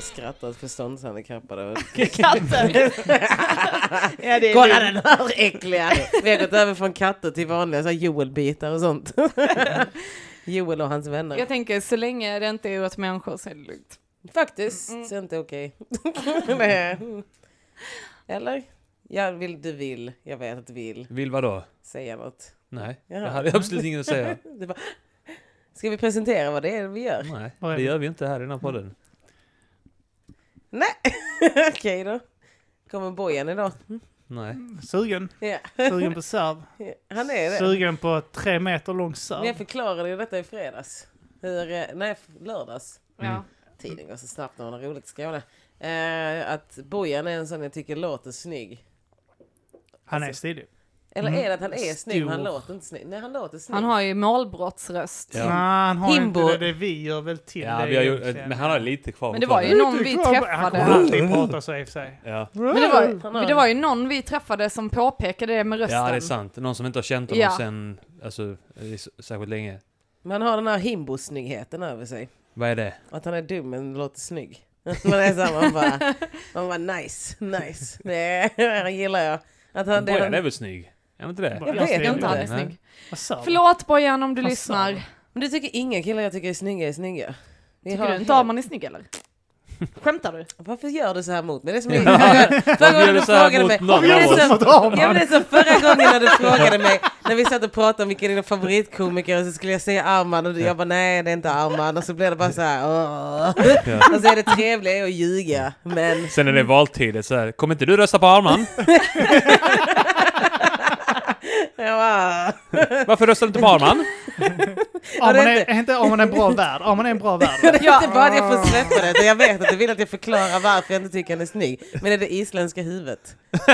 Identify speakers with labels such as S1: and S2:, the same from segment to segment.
S1: skrattat förståndshandikappade.
S2: Katten! ja, det är
S1: Kolla
S2: din.
S1: den här äckliga! Vi har gått över från katter till vanliga så här Joel-bitar och sånt. Joel och hans vänner.
S3: Jag tänker så länge det inte är åt människor så är det lugnt.
S1: Faktiskt,
S2: Mm.
S1: så är inte okej. Nej. Eller? Jag vill, du vill, jag vet att du vill
S4: Vill vadå?
S1: säga något.
S4: Nej,
S1: Ja.
S4: det hade jag absolut inget att säga.
S1: Du bara, ska vi presentera vad det är vi gör?
S4: Nej,
S2: Vad är
S4: det
S2: det?
S4: gör vi inte här i den här podden.
S1: okej då. Kommer Bojan idag?
S4: Nej.
S2: Mm. Sugen.
S1: Ja.
S2: Sugen på serv.
S1: Han är det.
S2: Sugen på tre meter lång
S1: Men jag
S2: serv.
S1: förklarade ju detta i fredags. Hur, eh, nej, lördags.
S2: Mm.
S3: Ja.
S1: Tiden går så snabbt när man har roligt i Skåne. Eh, att Bojan är en sån jag tycker låter snygg.
S2: Han är stilig.
S1: Eller
S2: Mm.
S1: är det att han är snygg men han
S2: Stor.
S1: låter inte snygg? Nej, han låter snygg.
S3: Han har ju målbrottsröst.
S4: Ja.
S2: Nej, han har
S1: Himbo.
S2: inte det. Det vi gör väl till
S4: Ja,
S2: det
S4: vi har ju,
S2: egentligen.
S4: men han har lite kvar
S3: Men
S4: att
S3: det
S4: ta
S3: var ju
S4: där.
S3: någon vi
S2: Han
S3: träffade.
S2: kommer alltid prata så i och för sig.
S4: Ja.
S3: Men det, var,
S1: Han
S3: men
S1: har-
S3: det var ju någon vi träffade som påpekade det med rösten.
S4: ja, det är sant. Någon som inte har känt honom
S3: Ja.
S4: sen, alltså, i s- särskilt länge.
S1: Men han har den här himbo-snyggheten över sig.
S4: Vad är det?
S1: Att han är dum men låter snygg. Man är så här, man bara, man bara nice, nice. Det han gillar jag. Att han, det,
S4: Bojan är
S1: han,
S4: väl snygg? Är han inte det?
S1: jag
S2: Jag ser
S1: vet
S3: Jag inte
S1: inte.
S3: han är
S4: Nej.
S3: snygg.
S2: Vad serv?
S3: Förlåt Bojan om du
S2: Vad
S3: lyssnar.
S2: serv?
S1: Men du tycker inga killar jag tycker är snygga är snygga? Vi
S3: Tycker
S1: har
S3: du
S1: en
S3: inte
S1: hel-
S3: Arman är snygg eller? Skämtar du?
S1: Varför gör du så här mot mig? Det är som
S4: Ja.
S1: förra
S4: Varför gör
S1: gången
S4: du
S1: du
S4: så här
S1: frågade
S4: mot
S1: mig.
S4: någon
S1: Ja, men det är
S4: av
S1: så-
S2: Vad har
S1: Ja, men
S2: man?
S1: det är som förra gången när du frågade mig, när vi satt och pratade om vilken är din favoritkomiker, och så skulle jag säga Arman och du, jag bara nej det är inte Arman, och så blev det bara så här. åh.
S4: Ja.
S1: Och så är det trevliga att ljuga, men
S4: Sen är det valtider så här. kommer inte du rösta på Arman?
S1: jag bara,
S4: Varför röstar du inte på Arman?
S2: Om man
S1: det är
S2: är,
S1: inte-
S2: är inte om man är en bra värd. Om man är en bra
S1: Det
S2: värd.
S1: är inte bara att jag får släppa det, utan jag vet att du vill att jag förklarar varför jag inte tycker han är snygg. Men det är det isländska huvudet.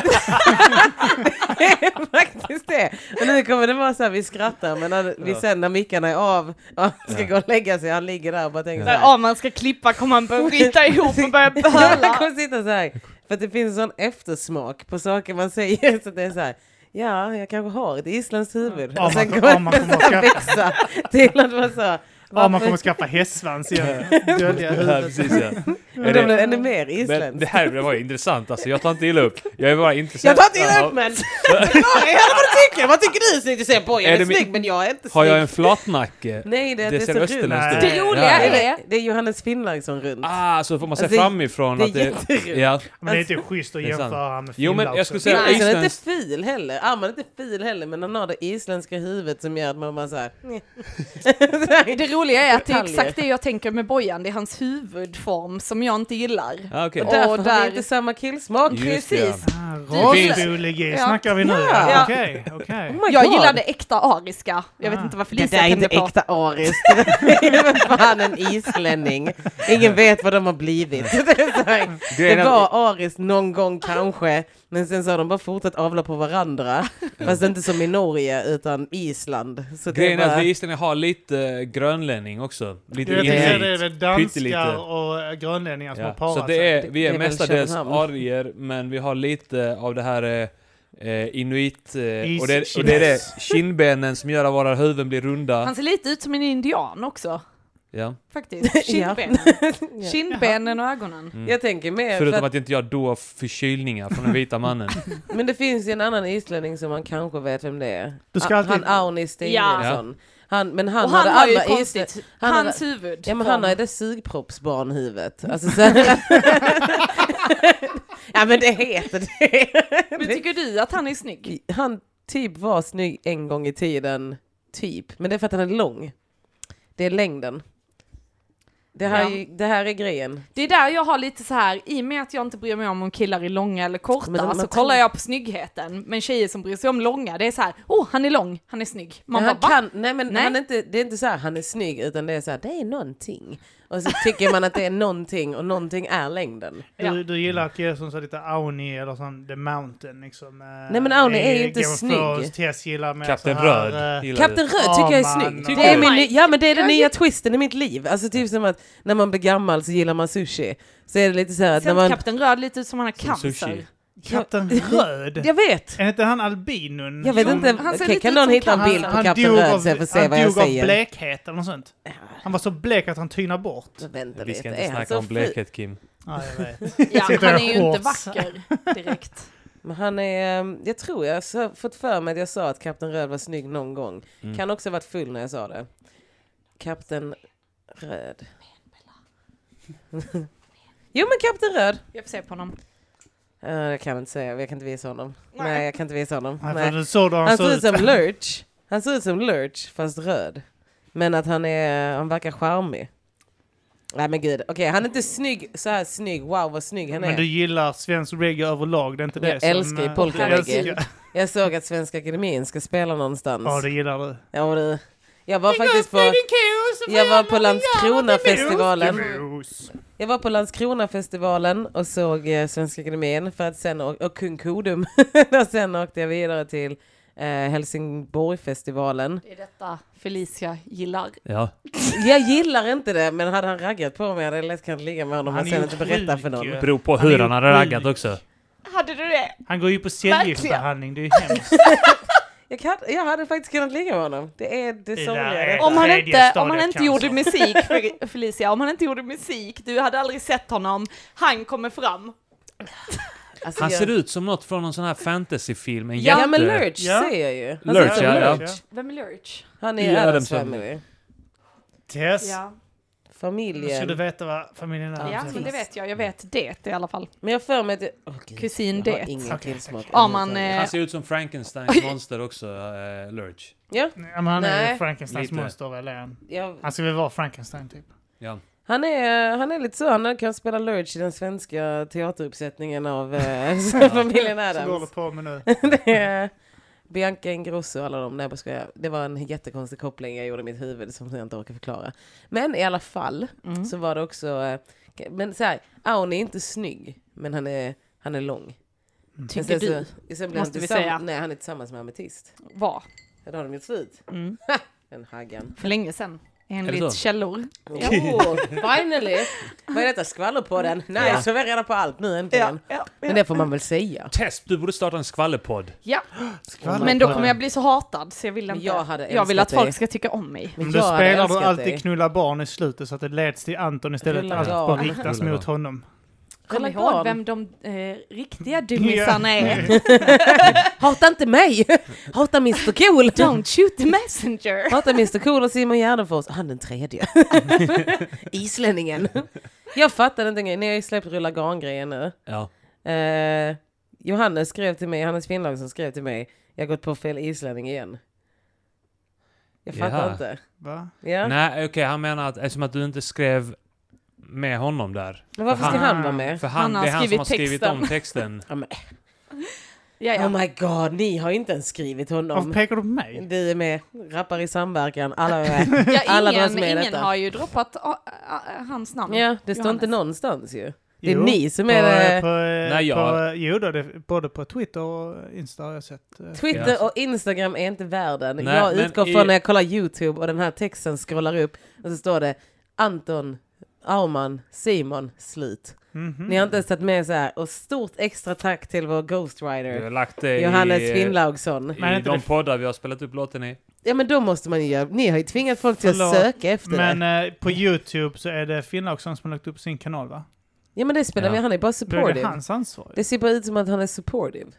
S1: det är faktiskt det. Och nu kommer det vara så här, vi skrattar, men när vi
S4: Ja.
S1: sen när mickarna är av och han ska gå och lägga sig, han ligger där och bara tänker så här.
S3: Där Arman ska klippa kommer han börja ryta ihop och börja
S1: Jag
S3: böla.
S1: kommer sitta så här, för att det finns en sån eftersmak på saker man säger, så det är så här. Ja, jag kanske har ett isländskt huvud.
S2: Ja,
S1: och sen
S2: man-
S1: kommer
S2: ja, man
S1: det så
S2: kommer
S1: här
S2: att
S1: växa till att vara så. här,
S2: Om man
S1: varför-
S2: kommer skaffa hästsvans igen. Dölja
S4: Ja,
S2: huvudet.
S4: precis ja.
S1: Och
S4: Är
S1: då blir det
S4: det,
S1: ännu mer
S4: men
S1: isländskt.
S4: det här var ju intressant alltså, jag tar inte illa upp. Jag är bara
S1: Jag
S4: intresserad.
S1: tar inte illa
S4: av-
S1: upp men... Förklara gärna vad du tycker! Vad tycker du är snyggt? Du säger Bojan
S4: Är
S1: är,
S4: det min-
S1: snygg men jag är inte
S4: Har
S1: snygg.
S4: jag en flatnacke?
S1: Nej det är att
S4: Det
S1: det
S4: ser
S1: är så runt.
S4: österländskt
S2: ut.
S3: Det roliga
S4: Ja.
S1: Det
S3: är
S1: är, det är Johannes Finlandsson runt.
S4: Ah, så får man se
S1: Alltså, det-
S4: framifrån
S1: det är
S4: att det...
S1: jätteroligt.
S4: Ja.
S2: Men det är inte schysst att
S4: Det är sant.
S2: jämföra med
S4: Jo, men
S2: Finland
S4: jag skulle
S2: också.
S4: säga-
S1: Finlandsson är inte
S4: isländskt.
S1: fil heller. Arman är inte fil heller men han har det isländska huvudet som gör att man bara såhär...
S3: Det roliga är att det är
S1: Detaljer.
S3: exakt det jag tänker med Bojan, det är hans huvudform som jag inte gillar.
S4: Ah, okej.
S1: Och därför
S3: Och
S1: har
S3: där-
S1: vi inte samma killsmak.
S4: Just det,
S3: Precis.
S2: Ah,
S4: finns-
S2: Rasbiologi
S3: Ja.
S2: snackar vi nu.
S1: Ja.
S2: ja. Okej, okej.
S1: Oh my
S3: Jag
S1: God.
S3: gillade äkta ariska. Jag vet
S2: Ah.
S3: inte varför
S1: Det
S3: Lisa
S1: där är
S3: tände
S1: inte
S3: på.
S1: äkta ariskt. Det är för fan en islänning. Ingen vet vad de har blivit. Det, är så här, det
S4: Grejen är-
S1: var ariskt någon gång kanske, men sen så har de bara fortsatt avla på varandra. Fast inte som i Norge, utan Island. Så det är
S4: Grejen är
S1: bara...
S4: att vi islänningar har lite eh, grönlänning också. Lite
S2: Jag tycker det är
S4: inhit.
S2: väl
S4: pyttelite.
S2: danskar och eh, grönlänningar som har
S4: Ja.
S2: parat
S4: Så det är,
S1: Det-
S4: vi
S1: det är
S4: är
S1: väl
S4: mestadels
S1: Köpenhamn.
S4: arier, men vi har lite av det här eh, eh, inuit... Eh,
S2: Is-
S4: och, det, och det är det
S2: kines.
S4: kinnbenen som gör att våra huvuden blir runda.
S3: Han ser lite ut som en indian också.
S4: Ja.
S3: Faktiskt.
S1: Ja. Mm.
S3: Kindbenen. Kindbenen och ögonen.
S1: Jag tänker mer, för
S4: Förutom
S1: att,
S4: att inte jag då har förkylningar från den vita mannen.
S1: men det finns ju en annan islänning som man kanske vet vem det är.
S2: Du ska
S1: Ah,
S2: alltid-
S1: Han Arni Stevenson. Han, men han,
S3: och han
S1: hade
S3: har ju
S1: alla islä-
S3: konstigt,
S1: han hade-
S3: hans huvud.
S1: Ja men han har ju det sugproppsbarnhuvudet. Alltså, så här... ja men det heter det.
S3: Men tycker du att han är snygg?
S1: Han typ var snygg en gång i tiden, typ. Men det är för att han är lång. Det är längden. Det här,
S3: Ja.
S1: är, ju- det här är grejen.
S3: Det är där jag har lite så här, i och med att jag inte bryr mig om om killar är långa eller korta
S1: Men man
S3: så
S1: tror-
S3: kollar jag på snyggheten. Men tjejer som bryr sig om långa, det är så här, oh han är lång, han är snygg. Man
S1: Men
S3: bara,
S1: han
S3: "Va?"
S1: kan, nej men
S3: Nej.
S1: Han är inte, det är inte så här han är snygg utan det är så här, det är någonting. Och så tycker man att det är någonting och någonting är längden.
S3: Ja.
S2: Du, du gillar killar som så lite Auni eller sån The Mountain liksom. eh,
S1: Nej, men Auni är ju inte snygg.
S2: Tess gillar mer
S4: Kapten
S2: så här,
S4: Röd
S2: eh,
S4: gillar
S1: Kapten
S4: det.
S1: Röd tycker jag är
S2: Ja, man.
S1: snygg.
S2: Tycker
S1: Det är
S3: du?
S1: min, ny- ja men det är den
S3: Jag
S1: nya twisten i mitt liv. Alltså typ som att när man blir gammal så gillar man sushi. Så är det lite så här att när
S3: Sen
S1: man...
S3: kapten Röd lite ut som han har
S4: Som sushi.
S3: cancer.
S2: Katten Röd?
S1: Jag vet.
S2: Är inte han albinon?
S1: Jag vet
S2: som-
S1: inte.
S3: Han ser
S1: kan
S3: lite
S1: kan
S3: ut
S1: någon
S3: som
S1: hitta en
S3: Kalle.
S1: bild på
S2: Han
S1: Kapten
S2: dog
S1: Röd
S2: av,
S1: så jag får se
S2: han
S1: vad jag
S2: dog av
S1: säger?
S2: blekhet eller något sånt. Han var så blek att han tynade bort.
S1: Vänta
S4: Vi ska
S1: lite,
S4: inte
S1: är han
S4: snacka
S1: så
S4: om
S1: ful?
S4: blekhet Kim.
S2: Ja, jag vet.
S3: Ja,
S2: Sitter
S3: han är
S2: jag
S3: ju inte
S2: shorts.
S3: vacker direkt.
S1: Men han är, ehm, jag tror jag har fått för mig att jag sa att Kapten Röd var snygg någon gång.
S4: Mm.
S1: Kan också ha varit full när jag sa det. Kapten Röd. jo men Kapten Röd.
S3: Jag får se på honom.
S1: Eh, jag kan inte säga, jag kan inte visa honom.
S3: Nej.
S1: Nej, jag kan inte visa honom.
S2: Nej,
S1: Nej.
S2: för du såg då han,
S1: Han
S2: såg
S1: ser ut
S2: ut.
S1: som Lurch. Han ser ut som Lurch fast röd. Men att han är, han verkar charmig. Nej men gud, okej han är inte snygg, så här snygg, wow vad snygg han
S2: Men
S1: är.
S2: du gillar svensk reggae överlag, det är inte det
S1: Jag
S2: som...
S1: älskar ju
S2: eh,
S1: polkareggae.
S2: du älskar-
S1: Jag såg att Svenska Akademien ska spela någonstans.
S2: Ja, det gillar du.
S1: Ja, du. Jag var faktiskt på, jag var på Landskronafestivalen.
S2: Ros.
S1: Jag var på Landskronafestivalen och såg eh, Svenska Akademien för att sen, och, och Kung Kodum. och sen åkte jag vidare till eh, Helsingborgfestivalen.
S3: Det är detta Felicia gillar.
S4: Ja.
S1: Jag gillar inte det, men hade han raggat på mig hade jag lätt kunnat ligga med honom
S2: Han
S1: och
S2: är
S1: sen
S2: ju
S1: inte berätta
S2: sjuk
S1: för någon.
S2: ju.
S4: Beror på
S2: Han är
S4: hur
S2: ju
S4: han hade
S2: sjuk.
S4: raggat också.
S3: Hade du det?
S2: Han går ju på cellgiftsbehandling, det är ju hemskt.
S1: Jag, kan, jag hade faktiskt kunnat ligga med honom. Det är det
S2: Det
S1: som
S2: där
S1: gör
S2: är-
S1: det.
S3: Om han,
S2: Tredje
S3: inte, om
S2: stadiet
S3: han inte
S2: cancer.
S3: gjorde musik, Fe- Felicia, om han inte gjorde musik, du hade aldrig sett honom, han kommer fram.
S1: Alltså,
S4: Han
S1: jag-
S4: ser ut som något från någon sån här fantasyfilm. En
S1: Ja,
S4: jätte.
S1: men Lurch
S2: Ja.
S1: säger jag ju.
S2: Alltså,
S1: Han ser ut
S4: Lurch,
S1: som
S4: ja, ja.
S1: Lurch.
S3: Vem är Lurch?
S1: Han
S4: I
S1: är Adams
S4: Addams
S1: family.
S2: Tess, nu ska du
S1: Familjen.
S2: veta vad familjen är. Typ.
S1: Ja,
S3: Ja,
S1: precis.
S3: men det vet jag. Jag vet det i alla fall.
S1: Men jag har för mig att... jag- Åh, gud,
S3: Kusin
S1: jag har
S3: det.
S1: ingen
S2: Okej,
S1: tillsmak.
S3: Ja, man,
S1: överhuvudtaget.
S4: Han ser ut som Frankensteins monster också, eh, Lurch.
S1: Ja,
S2: Ja, men han är
S1: Nej.
S2: ju Frankensteins
S4: Lite.
S2: monster, väl är han?
S1: jag
S2: Han ska väl vara Frankenstein, typ.
S4: Ja.
S1: Han är, han är lite så, han kan spela Lurch i den svenska teateruppsättningen av eh, familjen
S2: Så du håller
S1: Adams.
S2: på med nu.
S1: Det är Bianca Ingrosso och alla de, nej jag bara skojar. Det var en jättekonstig koppling jag gjorde i mitt huvud som jag inte orkar förklara. Men i alla fall
S3: Mm.
S1: så var det också, eh, men så här, Aon är inte snygg, men han är, han är lång. Men
S3: Tycker
S1: sen
S3: du
S1: Så, sen blir
S3: måste
S1: han
S3: vi
S1: tillsamm-
S3: säga.
S1: Nej, han är tillsammans med Ametist.
S3: var
S1: Ja, Då har de gjort slut.
S3: mm.
S1: Den haggan.
S3: för länge sedan,
S4: Är det
S3: enligt
S4: så?
S3: källor.
S1: Oh, finally! Vad är detta, skvallerpodden? Nej,
S4: Ja.
S1: så vi är reda på allt nu äntligen.
S3: ja,
S1: Men det får man väl säga.
S4: Tess, du borde starta en skvallerpodd.
S3: ja.
S2: Skvaller.
S3: Men då kommer jag bli så hatad så jag vill
S1: Men
S3: inte.
S1: jag hade
S3: vill
S1: älskat
S3: att folk
S1: dig.
S3: ska tycka om mig.
S2: Men
S1: Men
S2: du
S1: jag hade
S2: spelar du
S1: älskat
S2: alltid
S1: dig.
S2: knulla barn i slutet så att det leds till Anton istället.
S1: Knulla
S2: Allt
S1: barn.
S2: bara riktas
S4: Knulla
S2: mot honom.
S3: Kom
S1: Kolla
S3: ihåg
S1: barn.
S3: vem de eh, riktiga dummisarna är.
S1: Hata inte mig! Hata Mr Cool!
S3: Don't shoot the messenger.
S1: Hata Mr Cool och Simon Gärdenfors. Han den tredje. Islänningen. Jag fattade inte en grej. Ni har ju släppt Rulla Gran-grejen nu.
S4: Ja.
S1: Eh, Johannes skrev till mig, Johannes Finnlag som skrev till mig, jag har gått på fel islänning igen. Jag fattar
S4: Jaha.
S1: inte.
S2: Va?
S1: Ja.
S4: Nej, okej, han menar att eftersom att du inte skrev med honom där.
S1: Men varför ska
S4: Han-
S1: han vara med?
S4: För han,
S3: Han har
S4: det är han som
S3: skrivit
S4: har skrivit
S3: texten.
S4: om texten.
S1: Ja, men,
S3: Ja, ja.
S1: Oh my god, ni har ju inte ens skrivit
S2: Varför
S1: honom.
S2: pekar du på mig?
S1: Du är med, Rappar i samverkan, alla är med.
S3: ja
S1: alla dras
S3: ingen
S1: med i
S3: ingen
S1: detta.
S3: har ju droppat ah, ah, ah, hans namn.
S1: Ja, det står
S3: Johannes.
S1: inte någonstans ju. Det är
S2: Jo.
S1: ni som
S2: På,
S1: är
S2: eh,
S1: det.
S2: på, eh,
S4: Nej, jag-
S2: på, eh, jo då, det, både på Twitter och Insta har jag sett. eh,
S1: Twitter och Instagram är inte världen.
S4: Nej,
S1: jag
S4: men
S1: utgår
S4: i-
S1: från när jag kollar YouTube och den här texten scrollar upp och så står det Anton, Auman, Simon, slut.
S2: Mhm.
S1: Ni har inte ens tagit med så här. Och stort extra tack till vår
S4: Du
S1: ghostwriter
S4: har lagt det
S1: Johannes
S4: i, eh,
S1: Finnlaugsson.
S4: i
S2: Men är inte
S4: de
S2: det-
S4: poddar vi har spelat upp låten i.
S1: Ja men då måste man ju göra. Ni har ju tvingat folk till att
S2: Förlåt,
S1: söka efter
S2: Men
S1: det.
S2: eh, på YouTube så är det Finnlaugsson som har lagt upp sin kanal va?
S1: Ja men det spelar
S4: Ja.
S1: ja. han är bara
S2: Då är det
S1: supportive.
S2: hans ansvar. ju.
S1: Det ser bara ut som att han är supportive.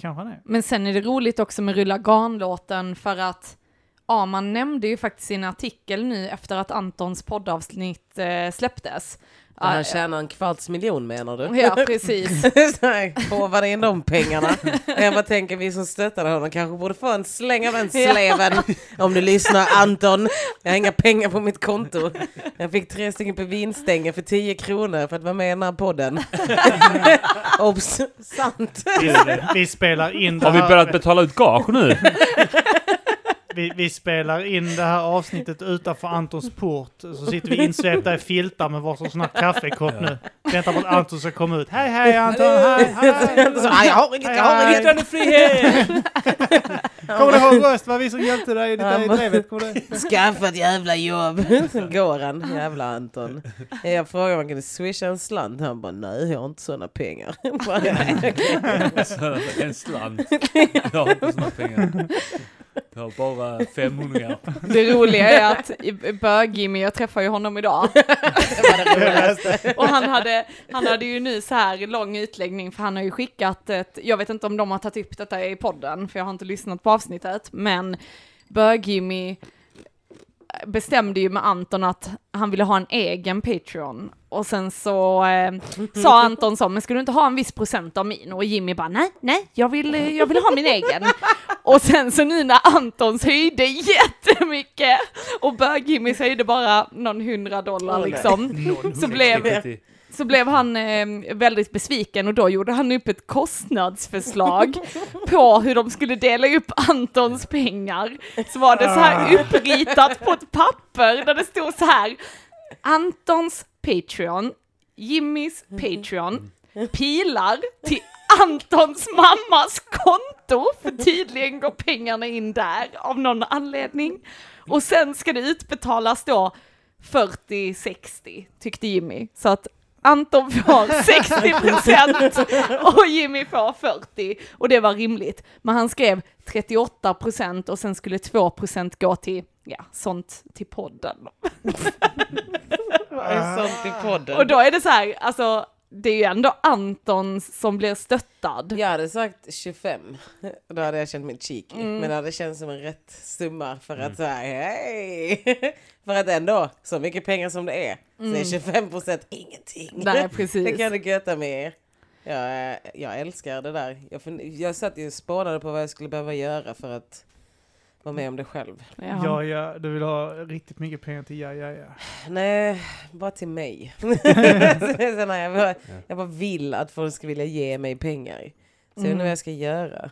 S2: Kanske han är.
S3: Men sen är det roligt också med Rulla Garn-låten för att ja, man nämnde ju faktiskt i en artikel nu efter att Antons poddavsnitt eh, släpptes.
S1: Där han
S3: Ah,
S1: tjänar en kvarts miljon menar du?
S3: Ja, precis.
S1: Så här, Håvade in de pengarna. Och jag bara tänker, vi som stöttade honom kanske borde få en släng av den sleven. Om du lyssnar Anton, jag har inga pengar på mitt konto. Jag fick tre stycken på vinstänger för 10 kronor för att vara med i den här podden. Obs! Sant!
S2: Vi, vi spelar in det
S4: Har vi
S2: här,
S4: börjat betala ut gage nu?
S2: vi, vi spelar in det här avsnittet utanför Antons port. Så sitter vi insvepta i filtar med varsin sån här kaffekopp nu. Väntar på att Anton ska komma ut. Hej hej Anton, hej hej!
S1: Så, "Nej, jag har inget, jag har inget.
S4: Yttrandefrihet!
S2: Kommer du ihåg oss? Det var vi som hjälpte dig i
S1: Ja,
S2: ditt
S1: men-
S2: brevet. Kommer du ihåg?
S1: Skaffa ett jävla jobb. Sen går han, jävla Anton. Jag frågar om han kunde swisha en slant. Han bara, nej jag har inte sådana pengar. Bara,
S4: Så en slant. Jag har inte såna pengar. Jag har bara 500
S3: Det roliga är att bög-Jimmy, jag träffar ju honom idag, och han hade, han hade ju nu så här lång utläggning, för han har ju skickat ett, jag vet inte om de har tagit upp detta i podden, för jag har inte lyssnat på avsnittet, men bög-Jimmy bestämde ju med Anton att han ville ha en egen Patreon. Och sen så eh, sa Anton så, men ska du inte ha en viss procent av min? Och Jimmy bara, nej, nej, jag vill, eh, jag vill ha min egen. Och sen så nu när Antons höjde jättemycket och bög-Jimmys höjde bara någon hundra dollar liksom, så blev, så blev han eh, väldigt besviken och då gjorde han upp ett kostnadsförslag på hur de skulle dela upp Antons pengar. Så var det så här uppritat på ett papper där det stod så här Antons Patreon, Jimmys Patreon, pilar till Antons mammas konto, för tydligen går pengarna in där av någon anledning. Och sen ska det utbetalas då 40-60 tyckte Jimmy. Så att Anton får 60 procent och Jimmy får 40 och det var rimligt. Men han skrev 38 procent och sen skulle 2 procent gå till, ja, sånt till podden.
S1: Vad är sånt i podden?
S3: Och då är det så här, alltså, det är ju ändå Anton som blir stöttad.
S1: Jag hade sagt 25. Då hade jag känt mig cheeky. Men det hade känts som en rätt summa för att säga hej. För att ändå, så mycket pengar som det är, så är 25 procent ingenting.
S3: Nej,
S1: Det
S3: precis.
S1: kan du göta med er. Jag, eh, jag älskar det där. Jag, fun- jag satt ju och spånade på vad jag skulle behöva göra för att vara med om det själv.
S3: Ja.
S2: Ja, ja, du vill ha riktigt mycket pengar till ja, ja, ja.
S1: Nej, bara till mig. Sen har jag, bara, jag bara vill att folk ska vilja ge mig pengar. Så jag undrar vad jag ska göra.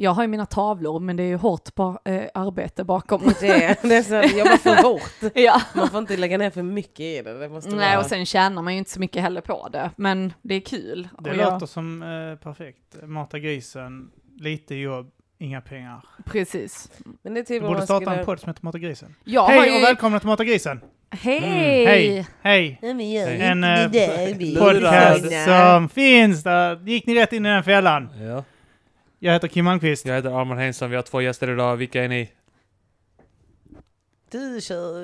S3: Jag har ju mina tavlor, men det är ju hårt på, eh, arbete bakom.
S1: Det, det är så, jag bara får bort.
S3: ja.
S1: Man får inte lägga ner för mycket i det. det måste
S3: Nej,
S1: vara-
S3: och sen tjänar man ju inte så mycket heller på det, men det är kul.
S2: Det
S3: Och jag-
S2: låter som eh, perfekt. Mata grisen, lite jobb, inga pengar.
S3: Precis.
S1: Men det är typ
S2: Du
S1: vad
S2: borde
S1: man
S2: starta
S1: skulle...
S2: en podd som heter Mata grisen.
S3: Jag har
S2: Hej
S3: ju... Mm,
S2: och välkomna till Mata grisen!
S3: Hej!
S2: Hej! Hej! En eh, podcast
S1: Lurad.
S2: som finns där. Gick ni rätt in i den fällan?
S4: Ja.
S2: Jag heter Kim Malmqvist.
S4: Jag heter Arman Henson, vi har två gäster idag. Vilka är ni?
S1: Du kör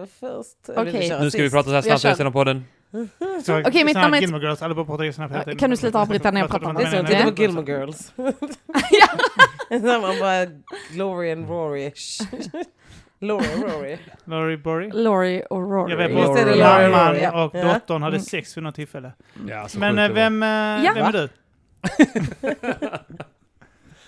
S1: eh, först. Eller
S3: Okej.
S1: du kör
S4: Nu ska vi
S1: sist.
S4: prata så här snabbt
S3: kör.
S4: resten av podden.
S2: Mm. Så-
S3: Okej, mitt
S2: såna här
S3: namn är-
S2: Gilmore Girls, alla bara pratar ju snabbt hela
S3: Ja,
S2: tiden.
S3: kan du sluta avbryta när jag pratar om
S1: Det är så
S2: Nej,
S1: att
S2: nej,
S1: titta
S2: nej.
S1: på Gilmore Girls.
S3: ja.
S1: Så man bara Glory and Rory. Glory and Rory.
S2: Laurie Borry.
S3: Lori Mm. och Rory.
S2: Jag vet
S4: Rory.
S1: Visst är
S2: bara
S1: det
S2: att
S1: Laurie Rory,
S2: mamman
S1: ja.
S2: och
S1: Ja.
S2: dottern hade sex vid något tillfälle.
S4: Ja, så
S2: Men
S4: sjukt
S2: eh,
S4: det var.
S2: vem, eh, vem
S4: Va?
S2: är du?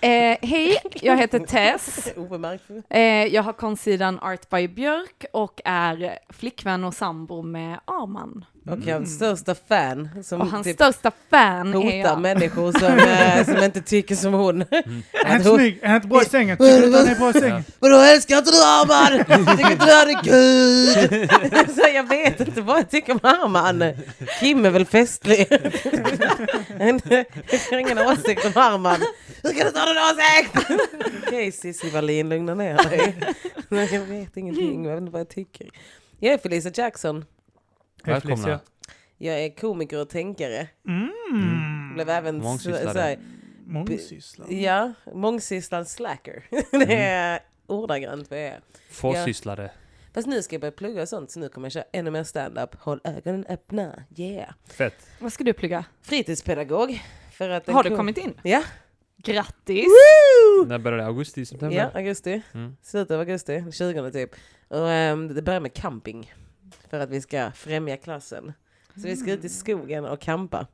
S3: Eh, hej, jag heter Tess.
S1: Obemärkt.
S3: Eh, jag har konsidan Art by Björk och är flickvän och sambo med Arman.
S1: Och hans största fan
S3: Och
S1: som
S3: hans
S1: typ
S3: största fan är
S1: hotar
S3: jag. Mm.
S1: människor som, eh, som inte tycker som hon.
S2: Är han inte
S1: hon-
S2: snygg? Är han inte bra i sängen? Tycker du inte han är bra i sängen?
S1: Vadå älskar inte du Arman? Tycker inte du han är kul? Så jag vet inte vad jag tycker om Arman. Kim är väl festlig. Men jag har ingen åsikt om Arman. Hur kan du inte ha någon åsikt? Okej Cissi Wallin, lugna ner dig. Nej, Jag vet ingenting, jag vet inte vad jag tycker. Jag är Felicia Jackson.
S2: Hej, Felicia.
S4: Välkomna.
S1: Jag är komiker och tänkare.
S2: Mm.
S1: Blev även så,
S4: Mångsysslare.
S1: så här,
S2: Mångsysslare.
S1: ja, mångsysslaren slacker. Det är ordagrant vad jag är.
S4: Fåsysslare.
S1: Fast nu ska jag börja plugga och sånt så nu kommer jag köra ännu mer stand-up. Håll ögonen öppna, yeah.
S4: Fett.
S3: Vad ska du plugga?
S1: Fritidspedagog. För att en
S3: Har du
S1: ko-
S3: kommit in?
S1: Ja.
S3: Grattis!
S1: Woo!
S4: När började det? Augusti,
S1: Uh. Ja,
S4: september?
S1: augusti.
S4: Mm.
S1: Slutet av augusti, 20 typ. Och ehm, det börjar med camping. För att vi ska främja klassen. Så vi ska ut i skogen och campa.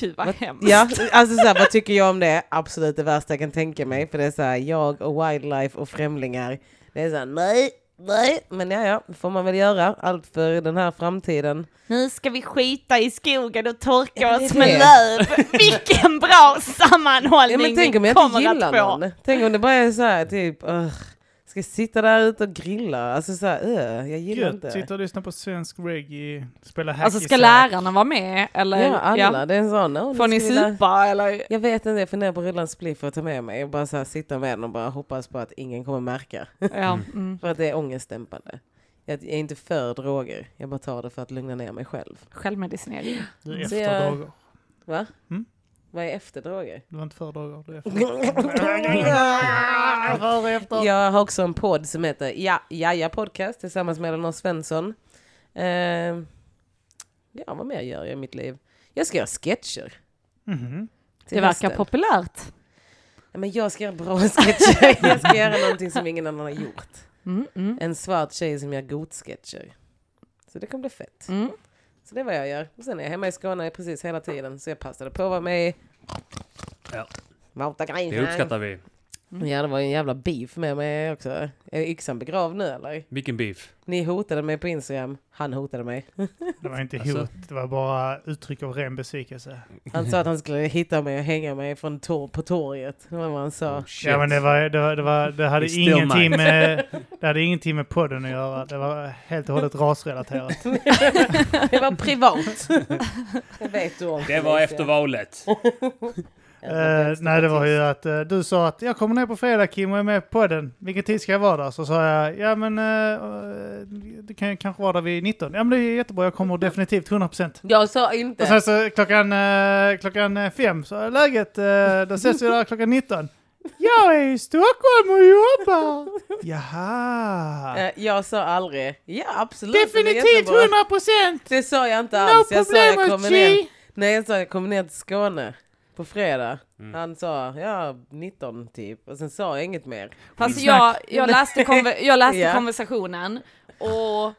S3: Gud vad
S1: Vad-
S3: hemskt.
S1: Ja, alltså så här, vad tycker jag om det? Absolut det värsta jag kan tänka mig. För det är så här, jag och wildlife och främlingar. Det är så här, nej, nej. Men ja, ja, får man väl göra. Allt för den här framtiden.
S3: Nu ska vi skita i skogen och torka
S1: Ja, det är
S3: oss med
S1: det.
S3: löv. Vilken bra
S1: Ja,
S3: sammanhållning
S1: men tänk om
S3: vi
S1: jag inte
S3: kommer att
S1: gillar
S3: få.
S1: någon. Tänk om det bara är så här, typ, "Ugh, Ska sitta där ute och grilla. Alltså så här, öh, jag gillar
S2: Gött,
S1: inte.
S2: sitta och lyssna på svensk reggae, spela hacky
S3: Alltså ska
S2: sack.
S3: lärarna vara med eller?
S1: Ja, alla. Det är en sån. "Åh, nu
S3: Får ni
S1: ska vi lä-
S3: supa eller?
S1: Jag vet inte, jag funderar på att rulla en spliff och ta med mig. Och bara så här, sitta med den och bara hoppas på att ingen kommer märka.
S3: Ja, mm.
S1: För att det är ångestdämpande. Jag jag är inte för droger. Jag bara tar det för att lugna ner mig själv.
S3: Självmedicinering.
S2: Du är
S1: Så jag-
S2: efterdrager.
S1: Va?
S2: Mm.
S1: Vad är efterdroger?
S2: Du var inte fördrager, du är
S1: Ja.
S2: Före efter.
S1: Jag har också en podd som heter Ja, Jaja Podcast tillsammans med Elinor Svensson. Eh, ja, vad mer gör jag i mitt liv? Jag ska göra sketcher.
S2: Mhm.
S1: till
S3: Det verkar
S1: hösten.
S3: populärt.
S1: Ja, men jag ska göra bra sketcher. Jag ska göra någonting som ingen annan har gjort.
S3: Mm, mm.
S1: En svart tjej som gör god-sketcher. Så det kommer bli fett.
S3: Mm.
S1: Så det är vad jag gör. Sen är jag hemma i Skåne precis hela tiden. Så jag passade på att vara med i
S4: Ja.
S1: Mauta
S4: Det uppskattar vi.
S1: Ja, det var ju en jävla beef med mig också. Är yxan begravd nu eller?
S4: Vilken beef.
S1: Ni hotade mig på Instagram. Han hotade mig.
S2: Det var inte
S4: Alltså.
S2: hot, det var bara uttryck av ren besvikelse.
S1: Han sa att han skulle hitta mig och hänga mig från tor- på torget. Det var vad han sa.
S4: Oh, shit.
S2: Ja men det var, det var, det var, det hade
S4: It's still
S2: ingenting
S4: mine.
S2: med, det hade ingenting med podden att göra. Det var helt och hållet rasrelaterat.
S1: Det var privat. Det vet du om.
S4: Det var
S1: Felicia.
S4: efter valet.
S1: Jävla
S2: Eh, nej det var ju att eh, du sa att jag kommer ner på fredag Kim och är med på podden. Vilken tid ska jag vara där? Så sa jag, ja men eh, du kan ju kanske vara där vid 19. Ja men det är jättebra, jag kommer definitivt 100%.
S1: Jag sa
S2: Och
S1: inte.
S2: sen så klockan, eh, klockan eh, fem, så är läget, eh, då ses vi där klockan 19. Jag är i Stockholm och jobbar! Jaha!
S1: Eh, Jag sa aldrig. Ja absolut. det är
S2: Definitivt
S1: jättebra.
S2: 100 procent!
S1: Det sa jag inte
S2: No
S1: alls. jag sa jag
S2: problemo,
S1: kommer ner.
S2: G!
S1: Nej jag sa jag kommer ner till Skåne. På fredag.
S4: Mm.
S1: Han sa ja 19 typ. Och sen sa jag inget mer.
S3: Fast
S2: Snack.
S3: jag, jag läste, konver- jag läste
S1: Ja.
S3: konversationen och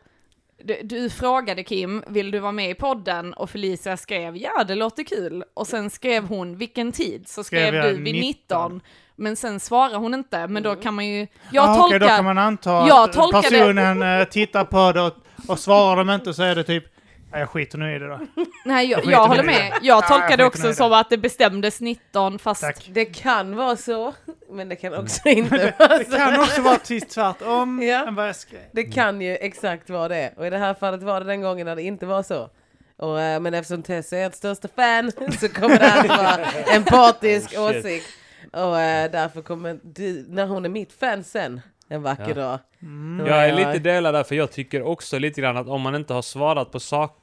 S3: du, du frågade Kim, vill du vara med i podden? Och Felicia skrev, ja det låter kul. Och sen skrev hon, vilken tid? Så skrev,
S2: Skrev jag
S3: du vid
S2: 19.
S3: 19. Men sen svarar hon inte, men då kan man ju... Jag
S2: Ah, okej,
S3: tolkar...
S2: då kan man anta att
S3: Jag tolkar det.
S2: personen eh, tittar på det och, och svarar de inte så är det typ "Ja, jag skiter nu i det då.
S3: Nej, jag,
S2: skiter
S3: jag
S2: i
S3: håller
S2: det.
S3: med. Jag
S2: jag
S3: tolkar det
S2: skiter i
S3: också
S2: det.
S3: som att det bestämdes 19, fast...
S2: Tack.
S1: Det kan vara så. Men det kan
S4: Mm.
S1: också inte vara
S2: Det
S1: så.
S2: kan också vara precis tvärtom
S1: Alltså. Ja.
S2: än vad jag skrev.
S1: Det kan ju exakt vara det. Och i det här fallet var det den gången när det inte var så. Och, eh, men eftersom Tess är ert största fan så kommer det här att vara en partisk
S4: Oh, shit.
S1: åsikt. Och eh, därför kommer du, när hon är mitt fan sen, en vacker
S4: Ja. Mm.
S1: dag. då
S4: Jag är
S1: jag-
S4: lite delad där, för jag tycker också lite grann att om man inte har svarat på sak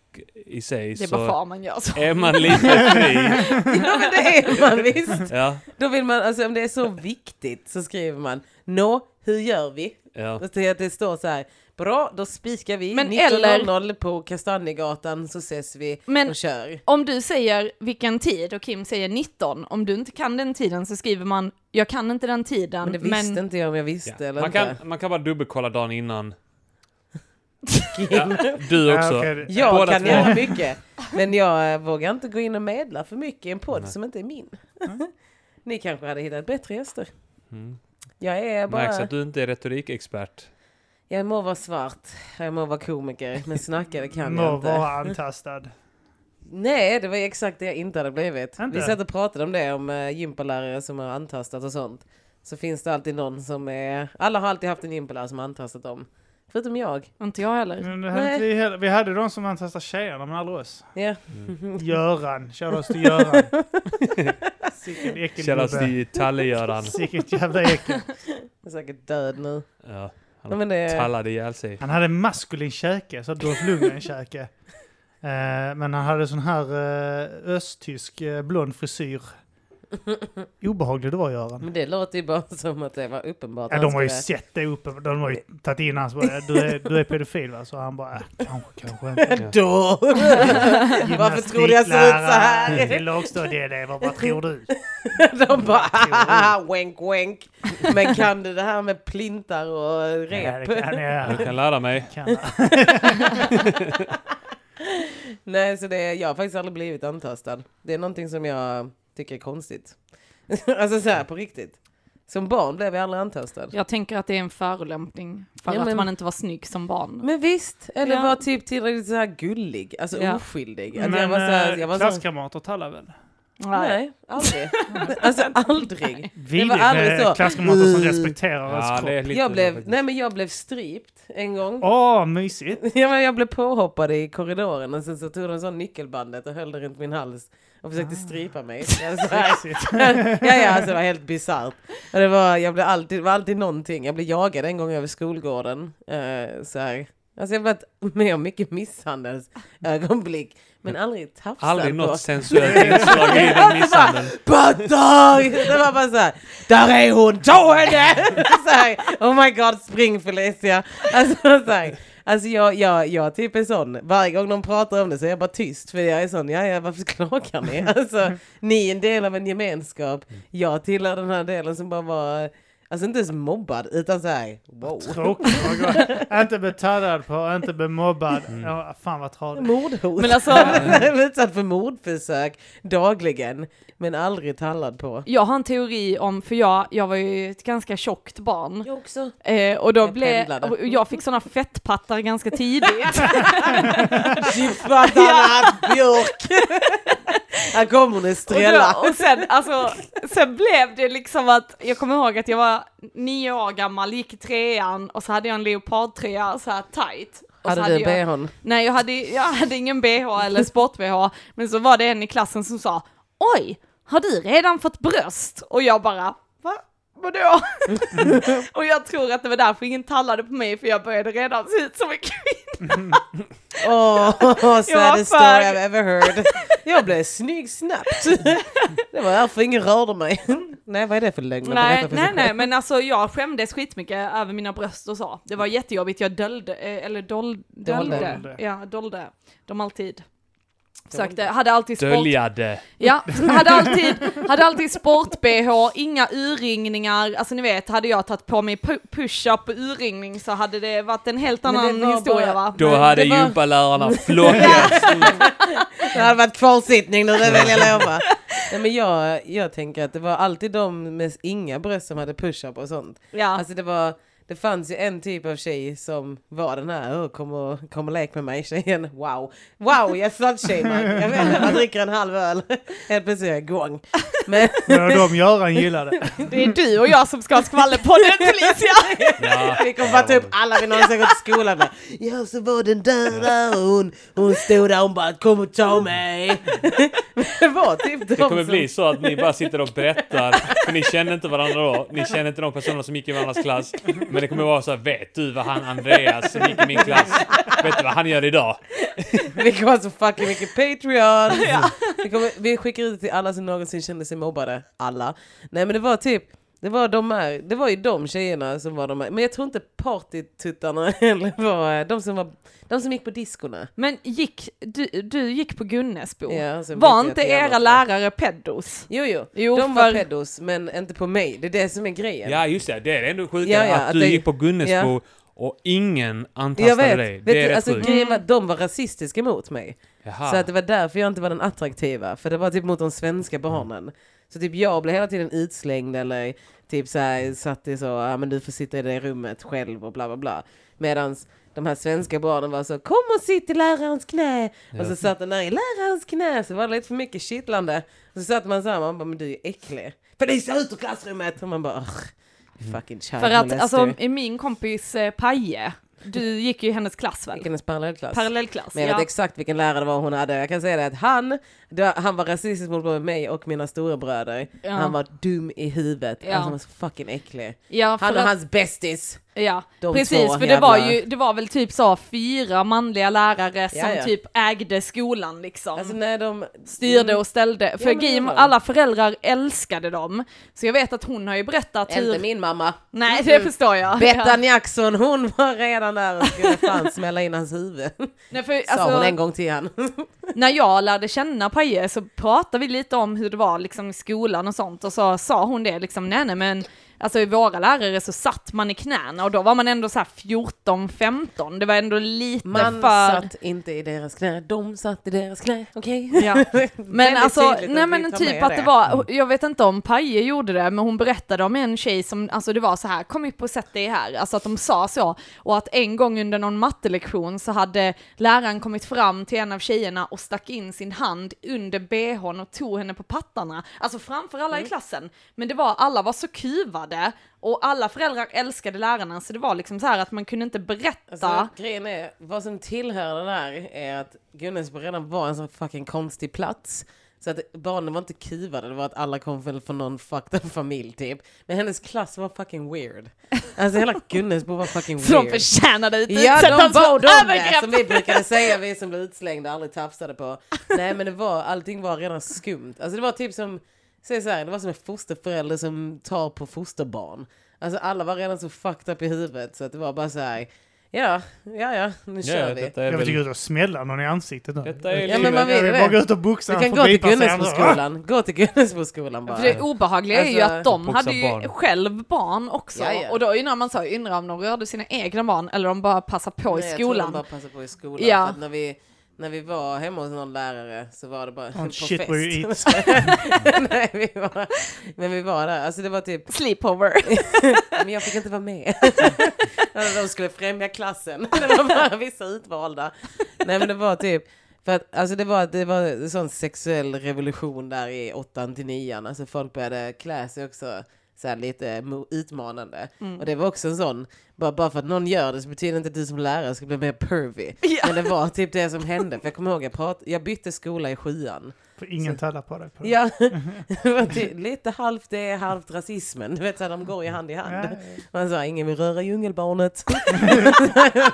S4: i sig
S3: Det är bara
S4: så
S3: fan man gör så.
S4: är man lite fri.
S1: Ja men det är man visst.
S4: Ja,
S1: Då vill man, alltså om det är så viktigt så skriver man Nå, hur gör vi?
S4: ja.
S1: Och det, det står så här, bra då spikar vi
S3: Men
S1: 19.00 på Kastanjegatan så ses vi
S3: Men-
S1: och kör.
S3: Om du säger vilken tid och Kim säger 19, om du inte kan den tiden så skriver man jag kan inte den tiden,
S1: Men det
S3: men,
S1: visste inte jag om jag visste
S4: ja.
S1: eller
S4: Man,
S1: inte.
S4: kan, man kan bara dubbelkolla dagen innan. Ja, du
S2: Ja,
S4: också.
S2: okej, det-
S1: Jag
S4: Båda
S1: kan
S4: två.
S1: göra mycket, men jag eh, vågar inte gå in och medla för mycket i en podd
S4: Nej.
S1: som inte är min.
S3: Mm.
S1: Ni kanske hade hittat bättre gäster.
S4: Mm.
S1: Jag är
S4: Märks
S1: bara...
S4: att du inte är retorikexpert.
S1: Jag må vara svart, jag må vara komiker, men snacka det kan jag
S2: Må
S1: inte.
S2: vara antastad.
S1: Nej, det var exakt det jag inte hade blivit.
S2: Inte?
S1: Vi satt och pratade om det, om eh, gympalärare som har antastat och sånt. Så finns det alltid någon som är... Alla har alltid haft en gympalärare som har antastat dem. Förutom jag.
S3: inte jag heller.
S2: Men det hade inte vi, heller. vi hade de som antastar tjejerna men aldrig oss.
S1: Ja.
S4: Mm.
S2: Göran, kör oss till Göran. Sicken
S4: Källas
S2: äckelgubbe.
S4: till Talle-Göran.
S2: Sicket jävla äckel.
S1: Han är säkert död nu.
S4: Ja,
S1: Ja, men eh, det...
S4: tallade ihjäl sig.
S2: Han hade maskulin käke, så Dolph Lundgren-käke. Eh, men han hade sån här eh, östtysk eh, blond frisyr. Obehaglig du var Göran.
S1: Men det låter ju bara som att det var uppenbart.
S2: Ja,
S1: att
S2: de
S1: han
S2: har ju
S1: skulle-
S2: sett det uppe, de har ju tagit in hans bara, du är, du är pedofil va? Så han bara, äh, kanske, kanske inte.
S1: Då! Varför tror du jag ser ut så
S2: Gymnastiklärare
S1: här?
S2: till lågstadieelever, vad tror du?
S1: De bara "Hahaha, wink wink. Men kan du det här med plintar och
S2: Nej,
S1: rep?
S2: det kan jag-
S4: Du kan lära mig.
S2: kan jag.
S1: Nej, så det, jag har faktiskt aldrig blivit antastad. Det är någonting som jag tycker är konstigt. alltså så här på riktigt. Som barn blev jag aldrig antastad.
S3: Jag tänker att det är en förolämpning för
S1: Ja, men-
S3: att man inte var snygg som barn.
S1: Men visst, eller
S3: Ja.
S1: var typ tillräckligt så här gullig, alltså
S3: Ja.
S1: oskyldig. Att
S2: Men
S1: jag var så här, jag
S2: eh,
S1: var så här,
S2: klasskamrater talar väl?
S3: Nej.
S1: Nej, aldrig. Alltså aldrig.
S2: Vidrigt
S1: aldrig så.
S2: med klasskamrater som
S1: Mm.
S2: respekterar ens
S4: det är
S2: kropp.
S4: lite
S1: Jag blev,
S4: faktiskt.
S1: nej men jag blev strypt en gång.
S2: Åh, mysigt!
S1: Ja, men jag blev påhoppad i korridoren och sen så tog de så nyckelbandet och höll det runt min hals och försökte
S4: Ah.
S1: strypa mig. Jag så här-
S2: Mysigt.
S1: ja, ja, alltså det var helt bisarrt. Och Det var, jag blev alltid, det var alltid någonting. Jag blev jagad en gång över skolgården. Eh, så här. Alltså jag har varit med om mycket misshandelsögonblick, men aldrig tafsat
S4: Aldrig
S1: på.
S4: något sensuellt inslag i den misshandeln.
S1: Butter! Det var bara så här, där är hon, ta henne! så här, oh my god, spring Felicia! Alltså, så här, alltså jag, jag, jag typ är sån, varje gång de pratar om det så är jag bara tyst för jag är sån, ja, ja varför klagar ni? Alltså, ni är en del av en gemenskap, jag tillhör den här delen som bara var, alltså inte ens mobbad utan så här, wow.
S2: Tråkigt. vad gott. inte betaddad på, inte bemobbad.
S4: Mm.
S2: Ja, fan vad tradigt.
S1: Mordhot.
S3: Men alltså-
S1: Jag är Utsatt för mordförsök dagligen, men aldrig tallad på.
S3: Jag har en teori om, för jag, jag var ju ett ganska tjockt barn.
S1: Jag också.
S3: Eh, och då
S1: Jag
S3: blev,
S1: pendlade.
S3: och jag fick sådana fettpattar ganska tidigt.
S1: Chipsfattarna Björk! Här kommer hon i
S3: Och,
S1: strälla.
S3: då, och sen, alltså, sen blev det liksom att, jag kommer ihåg att jag var nio år gammal, gick i trean och så hade jag en leopardtröja så här tight. Och så
S1: Hade du
S3: jag-
S1: bhn?
S3: Nej, jag hade, jag hade ingen bh eller sport-bh, men så var det en i klassen som sa Oj, har du redan fått bröst? Och jag bara Va? Vadå? och jag tror att det var därför ingen tallade på mig, för jag började redan se ut som en kvinna.
S1: Åh, saddest
S3: för-
S1: story I've ever heard. Jag blev snygg snabbt. Det var därför ingen rörde mig. Nej, vad är det för lögn? att
S3: Nej,
S1: berätta för sig
S3: nej,
S1: själv?
S3: nej, men alltså jag skämdes skitmycket över mina bröst och så. Det var jättejobbigt, jag döljde, eh, eller dol, döljde.
S2: Dolde.
S3: Ja, dolde. De alltid. Försökte, hade alltid sport
S4: Döljade.
S3: Ja, hade alltid, hade alltid sport-bh, inga urringningar. Alltså ni vet, hade jag tagit på mig pu- push-up och urringning så hade det varit en helt
S1: Men det
S3: annan
S1: var
S3: historia
S1: bara-
S3: va?
S4: Då
S1: Men
S4: hade
S1: det var-
S4: gympalärarna flockats.
S1: Det hade varit kvalsittning nu, det vill jag lova. Nej, men jag, jag tänker att det var alltid de med inga bröst som hade push-up och sånt.
S3: Ja.
S1: Alltså det var... Det fanns ju en typ av tjej som var den här, "Åh, kom och, kom och lek med mig tjejen, wow. Wow, jag slutshamear. Jag vet inte, man dricker en halv öl. Helt plötsligt är jag igång. Men,
S2: Men de Göran gillar det.
S3: Det är du och jag som ska ha skvallerpodden Felicia!
S4: Ja.
S1: Vi kommer bara ta upp alla vi någonsin gått till skolan med. Ja, så var den där, där och hon, hon stod där hon bara kom och ta mig. Det var typ de
S4: Det kommer
S1: som...
S4: bli så att ni bara sitter och berättar, för ni känner inte varandra då. Ni känner inte de personer som gick i varandras klass. Men det kommer vara så här, vet du vad han Andreas som gick i min klass, vet du vad han gör idag?
S1: Vi kommer ha så fucking mycket Patreon. Vi, kommer, vi skickar ut det till alla som någonsin kände sig mobbade. Alla. Nej men det var typ, det var de här, det var ju de tjejerna som var de här. Men jag tror inte partytuttarna eller var eh, de som var, de som gick på diskorna.
S3: Men gick, du, du gick på Gunnesbo.
S1: Ja, så vet
S3: var
S1: jag
S3: inte
S1: att jag
S3: era
S1: var-
S3: lärare peddos?
S1: Jo jo,
S3: Jo,
S1: de var
S3: för-
S1: pedos men inte på mig. Det är det som är grejen.
S4: Ja, just det. Det är det ändå sjuka,
S1: Ja, ja,
S4: att,
S1: att
S4: du
S1: det-
S4: gick på Gunnesbo och ingen antastade dig.
S1: vet
S4: det är
S1: du,
S4: rätt
S1: alltså,
S4: sjukt.
S1: grejen var, att de var rasistiska mot mig.
S4: Jaha.
S1: Så att det var därför jag inte var den attraktiva. För det var typ mot de svenska barnen. Så typ jag blev hela tiden utslängd eller typ så här, satt i så, ja ah, men du får sitta i det rummet själv och bla bla bla. Medans de här svenska barnen var så, kom och sitt i lärarens knä. Och så satt den där i lärarens knä, så var det lite för mycket kittlande. Och så satt man så här, man bara, men du är ju äcklig. Felicia ut ur klassrummet! Och man bara, "Ugh, fucking child
S3: För att
S1: molester."
S3: alltså min kompis eh, Paje, du gick ju i hennes klass väl?
S1: Vilken parallellklass.
S3: Parallellklass.
S1: Men jag vet
S3: Ja.
S1: exakt vilken lärare det var hon hade. Jag kan säga det att han, det var, han var rasistisk mot både mig och mina storebröder.
S3: Ja.
S1: Han var dum i huvudet.
S3: Ja.
S1: Alltså, han var så fucking äcklig.
S3: Ja, för
S1: Han och
S3: att-
S1: hans bästis.
S3: Ja,
S1: De
S3: precis,
S1: två
S3: för det var,
S1: jävla-
S3: ju, det var väl typ så fyra manliga lärare som
S1: Jaja.
S3: typ ägde skolan liksom.
S1: Alltså när de...
S3: Styrde och ställde, för
S1: men det
S3: Gim,
S1: var de.
S3: alla föräldrar älskade dem. Så jag vet att hon har ju berättat
S1: Inte
S3: hur...
S1: min Mm. mamma.
S3: Nej, det förstår jag.
S1: Bettan Jackson, hon var redan där och skulle fan smälla in hans huvud.
S3: Nej, för,
S1: Sa hon en
S3: alltså,
S1: gång till han.
S3: när jag lärde känna Paje så pratade vi lite om hur det var liksom i skolan och sånt och så sa hon det liksom, nej nej men alltså i våra lärare så satt man i knäna och då var man ändå så här 14-15, det var ändå lite
S1: Man
S3: för...
S1: satt inte i deras knä, de satt i deras knä, okej?
S3: Ja. Men
S1: Väldigt
S3: alltså,
S1: tydligt
S3: nej
S1: att
S3: men
S1: vi tar
S3: typ
S1: med
S3: att det var, jag vet inte om Paje gjorde det, men hon berättade om en tjej som, alltså det var så här, kom upp och sätt dig här, alltså att de sa så, och att en gång under någon mattelektion så hade läraren kommit fram till en av tjejerna och stack in sin hand under bhn och tog henne på pattarna, alltså framför alla
S1: Mm.
S3: i klassen, men det var, alla var så kuvade, och alla föräldrar älskade lärarna, så det var liksom så här att man kunde inte berätta
S1: Alltså, grejen är, vad som tillhör det där är att Gunnesbo redan var en sån fucking konstig plats. Så att barnen var inte kuvade, det var att alla kom väl från någon fucked up familj typ. Men hennes klass var fucking weird. Alltså hela Gunnesbo var fucking
S3: Så de
S1: weird.
S3: förtjänade ett
S1: Ja, de
S3: utsättande
S1: var
S3: för
S1: de där,
S3: övergrepp!
S1: som vi brukade säga, vi som blev utslängda och aldrig tafsade på. Nej men det var, allting var redan skumt. Alltså det var typ som, säg så här, det var som en fosterförälder som tar på fosterbarn. Alltså alla var redan så fucked up i huvudet så att det var bara så här, ja, ja, ja, nu kör
S4: Ja,
S1: vi.
S4: detta är
S2: Jag vill gå
S4: väl...
S2: ut och smälla någon i ansiktet nu.
S4: Detta är
S1: Ja, men man
S4: livet.
S1: vet-
S2: Jag vill bara gå ut och boxa
S1: Du
S2: han
S1: kan
S2: får
S1: gå till
S2: bipa sig i andra.
S1: Gunnesboskolan, gå till Gunnesboskolan bara.
S3: För det obehagliga är ju
S1: Alltså-
S3: att de
S4: Boxa
S3: hade ju
S4: barn.
S3: själv barn också.
S1: Ja, ja.
S3: Och då undrar man så, undrar om de rörde sina egna barn eller om de bara passar på
S1: Nej,
S3: i
S1: jag tror de
S3: skolan.
S1: bara passar på i skolan.
S3: Ja.
S1: För att när, vi, när vi var hemma hos någon lärare så var det bara
S2: On
S1: på
S2: shit
S1: fest.
S2: where you eat.
S1: Nej, vi var, men vi var där, alltså det var typ
S3: Sleepover.
S1: men jag fick inte vara med. Alltså, De skulle främja klassen. Det var bara vissa utvalda. Nej men det var typ, för att, alltså det var, det var en sån sexuell revolution där i åttan till nian. Alltså folk började klä sig också så här lite mo- utmanande. Och det var också en sån, bara, bara för att någon gör det så betyder inte att du som lärare ska bli mer pervy.
S3: Ja.
S1: Men det var typ det som hände. För jag kommer ihåg, jag, prat, jag bytte skola i sjuan.
S2: För ingen tallar på dig. På det.
S1: Ja, det var ty- lite halvt det, halvt rasismen. Du vet, så här, de går ju hand i hand. Man sa ingen vill röra djungelbarnet.
S2: Jag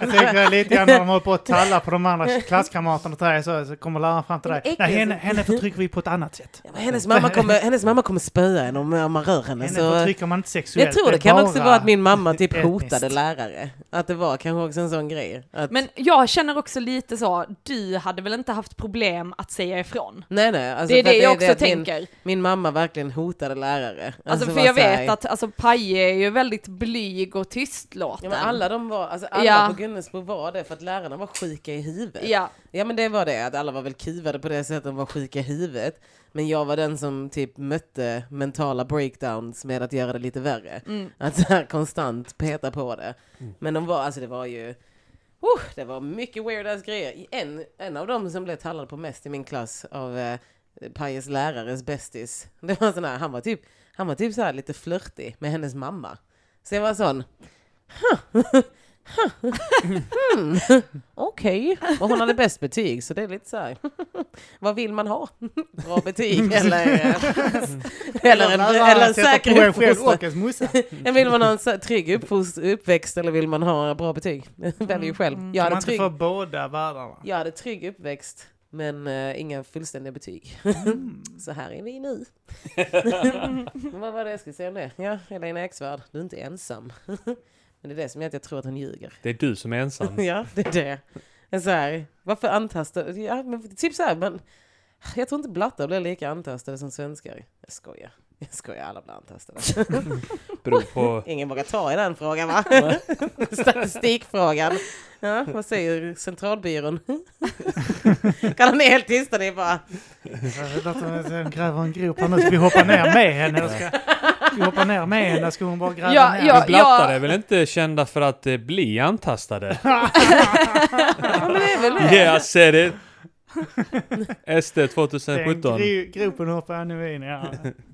S2: tänker lite grann när de håller på att talla på de andra klasskamraterna till dig så, så kommer läraren fram till dig.
S1: Äckligt.
S2: Nej, henne, henne förtrycker vi på ett annat sätt.
S1: Ja, men hennes, mamma kommer, hennes mamma kommer spöa en om, om man rör henne.
S2: Henne
S1: Så.
S2: förtrycker man inte sexuellt.
S1: Jag tror det
S2: är
S1: kan
S2: bara
S1: också vara att min mamma typ
S2: etniskt.
S1: hotade lärare. Att det var kanske också en sån grej. Att,
S3: Men jag känner också lite så, du hade väl inte haft problem att säga ifrån?
S1: nej, nej, alltså
S3: det är
S1: för att
S3: det jag också
S1: att min, alltså,
S3: tänker.
S1: Min mamma verkligen hotade lärare.
S3: Alltså, för
S1: bara
S3: jag
S1: så här-
S3: vet att alltså, Paje är ju väldigt blyg och
S1: Ja,
S3: tystlåten.
S1: men alla de var, alltså alla
S3: Ja.
S1: på Gunnesbo var det för att lärarna var sjuka i huvudet.
S3: Ja.
S1: Ja men det var det, att alla var väl kuvade på det sättet, de var sjuka i huvudet. Men jag var den som typ mötte mentala breakdowns med att göra det lite värre.
S3: Mm.
S1: Att så här konstant peta på det. Men de var, alltså det var ju, oh, det var mycket weirdass grejer. En, en av dem som blev tallad på mest i min klass av eh, Pajes lärares bästis, det var sån här, han var typ, han var typ så här lite flörtig med hennes mamma. Så jag var sån, hmm, okej. Och hon hade bäst betyg, så det är lite så här. Vad vill man ha? Bra betyg eller, eller, en,
S2: Läraren
S1: eller en
S2: sätter
S1: säker
S2: på en själv
S1: uppfostran?
S2: och ens morsa.
S1: Men Vill man ha en sä- trygg uppfost- uppväxt eller vill man ha bra betyg? Välj ju själv. Jag
S2: Mm, Kan man
S1: hade,
S2: inte
S1: trygg,
S2: få båda världarna?
S1: jag hade trygg uppväxt, men eh, inga fullständiga betyg.
S2: Mm.
S1: så här är vi nu. Vad var det jag skulle säga om det? Ja, Helena Eksvärd, du är inte ensam. men det är det som gör att jag tror att hon ljuger.
S4: Det är du som är ensam.
S1: Ja, det är det. Men Så här, varför antastar... Ja, men typ så här, men jag tror inte blattar blir lika antastade som svenskar. Jag skojar. Jag skojar, alla blir antastade.
S4: Beror på...
S1: Ingen vågar ta i den frågan, va? Statistikfrågan. Ja, vad säger centralbyrån? kan han är helt tysta, det är bara...
S2: Alltså, Det låter som att hon gräver en grop här nu så vi hoppar ner med henne. Jag Ska, vi hoppar ner med henne, ska hon bara gräva
S3: Ja,
S2: ner?
S3: ja.
S4: Men blattar är väl inte kända för att eh, bli antastade?
S1: Ja, men det är väl det.
S4: Yeah, I said it! SD
S2: Den
S4: 2017.
S2: gro- gropen hoppar jag nu in i. Ja.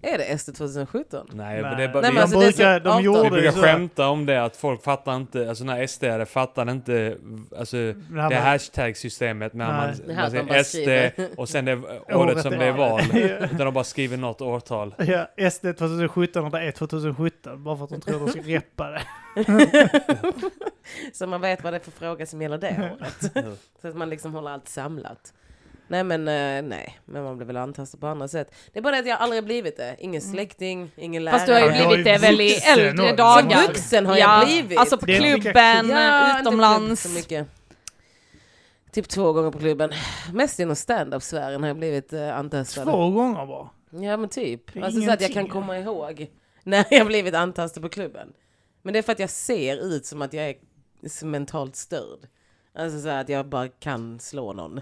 S1: Är det SD 2017?
S4: Nej, men det är bara,
S1: Nej,
S4: vi,
S1: men alltså,
S2: de
S1: det är så
S2: brukar, de
S1: 18.
S4: vi
S2: gjorde
S4: brukar
S2: ju så.
S4: skämta om det, att folk fattar inte, alltså när SD are fattar inte, alltså
S2: här
S4: det
S2: med-
S4: hashtag-systemet när
S2: Nej.
S4: man,
S1: Det här
S4: man
S1: att de bara
S4: säger
S1: skriver.
S4: SD och sen det året som det är val. Utan de bara skriver något årtal.
S2: Ja, SD 2017 och det är 2017 bara för att de tror att de ska repa det.
S1: Så man vet vad det är för fråga som gäller det året. Så att man liksom håller allt samlat. Nej men eh, nej, men man blir väl antastad på andra sätt. Det är bara det att jag aldrig har blivit det. Ingen släkting, ingen lärare.
S3: Fast du har ju
S2: Ja, jag
S3: blivit
S2: är
S3: det väl i
S2: vuxen
S3: äldre
S2: och-
S3: dagar.
S1: Som vuxen har jag blivit.
S3: Alltså på
S2: Det är inte lika
S3: klubben,
S1: jag har inte blivit
S3: eh, utomlands.
S1: Så mycket. Typ två gånger på klubben. Mest inom stand-up-sfären har jag blivit eh, antastad.
S2: Två gånger bara.
S1: Ja men typ.
S2: Det är
S1: Alltså så att jag kan
S2: ingenting.
S1: komma ihåg när jag blivit antastad på klubben. Men det är för att jag ser ut som att jag är s- mentalt störd. Alltså så här att jag bara kan slå någon.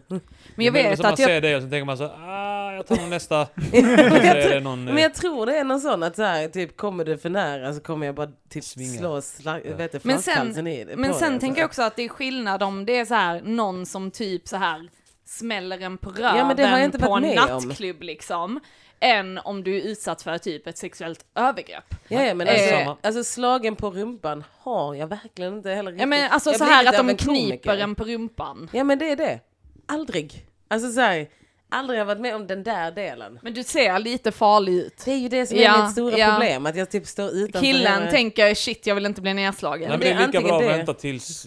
S3: Men jag vet
S4: så man
S3: att jag...
S4: ser det och så tänker man så ah, jag tar nog nästa.
S1: Men
S4: Så
S1: jag
S4: är
S1: tror-
S4: det någon, eh,
S1: Men jag tror det är någon sån att så här, typ kommer du för nära så kommer jag bara typ
S4: Svinga.
S1: slå sla-
S4: Ja.
S1: vet du,
S3: Men
S1: flaskhalsen
S3: sen-
S1: i det. alltså.
S3: Men sen tänker jag också att det är skillnad om det är så här någon som typ så här smäller en på röven
S1: Ja, men det har jag inte
S3: på en
S1: varit med om.
S3: nattklubb liksom. Än om du är utsatt för typ ett sexuellt övergrepp.
S1: Ja, ja, men
S3: Eh,
S1: alltså,
S4: samma.
S1: alltså slagen på rumpan har jag verkligen inte heller
S3: Ja men
S1: riktigt.
S3: alltså
S1: Jag
S3: så
S1: blir
S3: här
S1: lite
S3: att
S1: av
S3: de
S1: en
S3: kniper
S1: komiker.
S3: en på rumpan.
S1: Ja men det är det. Aldrig. Alltså så här, aldrig har jag varit med om den där delen.
S3: Men du ser lite farlig ut.
S1: Det är ju det som
S3: Ja,
S1: är mitt stora
S3: ja.
S1: problem, att jag typ står utanför.
S3: Killen
S1: hela-
S3: tänker shit jag vill inte bli nedslagen.
S4: Nej, men
S1: det
S4: det
S1: är
S4: är lika
S1: antingen
S4: bra att
S1: det.
S4: vänta tills,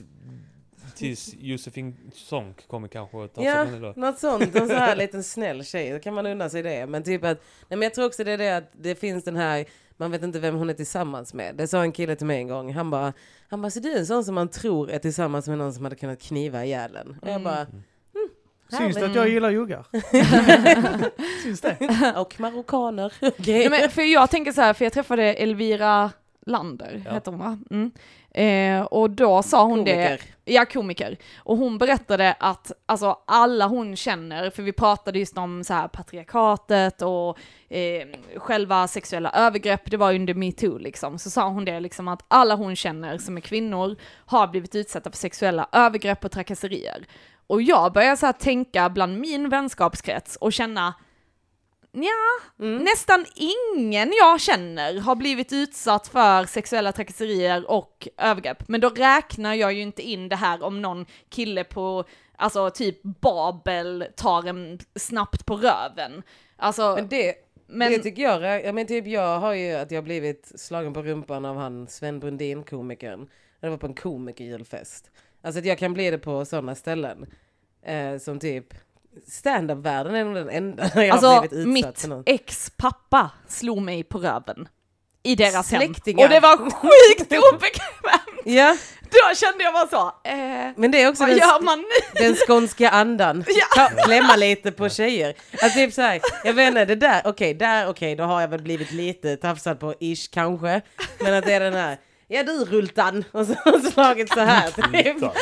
S4: tills Josefin Sonck kommer kanske och tar
S1: Ja,
S4: sig an det då.
S1: något sånt. En sån här liten snäll tjej, då kan man unna sig det. Men typ att, nej men jag tror också det är det att det finns den här, man vet inte vem hon är tillsammans med. Det sa en kille till mig en gång, han bara, han bara, så du är en sån som man tror är tillsammans med någon som hade kunnat kniva ihjäl en.
S3: Mm.
S1: Och jag bara,
S2: Syns det att jag gillar juggar? Syns det?
S1: och marockaner.
S3: Nej,
S1: Okej.
S3: men för jag tänker så här, för jag träffade Elvira Lander,
S4: Ja.
S3: heter hon va? Mm. Eh, och då sa hon det,
S1: Komiker.
S3: ja komiker, och hon berättade att alltså, alla hon känner, för vi pratade just om så här, patriarkatet och eh, själva sexuella övergrepp, det var ju under metoo liksom, så sa hon det liksom att alla hon känner som är kvinnor har blivit utsatta för sexuella övergrepp och trakasserier. Och jag började så här, tänka bland min vänskapskrets och känna Nästan ingen jag känner har blivit utsatt för sexuella trakasserier och övergrepp. Men då räknar jag ju inte in det här om någon kille på, alltså typ Babel tar en snabbt på röven. Alltså,
S1: Men det,
S3: Men-
S1: det tycker jag, rä- ja, men typ jag har ju att jag blivit slagen på rumpan av han Sven Brundin komikern. Det var på en komikerjulfest. Alltså att jag kan bli det på sådana ställen. Eh, som typ standup-världen är nog den enda jag har
S3: alltså
S1: blivit utsatt
S3: mitt
S1: för något.
S3: ex pappa slog mig på röven. I deras hem.
S1: Släktingar.
S3: Och det var sjukt obekvämt.
S1: Ja,
S3: Då kände jag bara så, eh,
S1: men det är också
S3: vad
S1: den,
S3: gör man nu?
S1: den skånska andan. Ta, klämma lite på tjejer. Alltså typ såhär, jag vet inte, det där, okej, där, okej, då har jag väl blivit lite tafsad på, ish kanske. Men att det är den här, ja du Rultan, och så har hon slagit så här. Typ.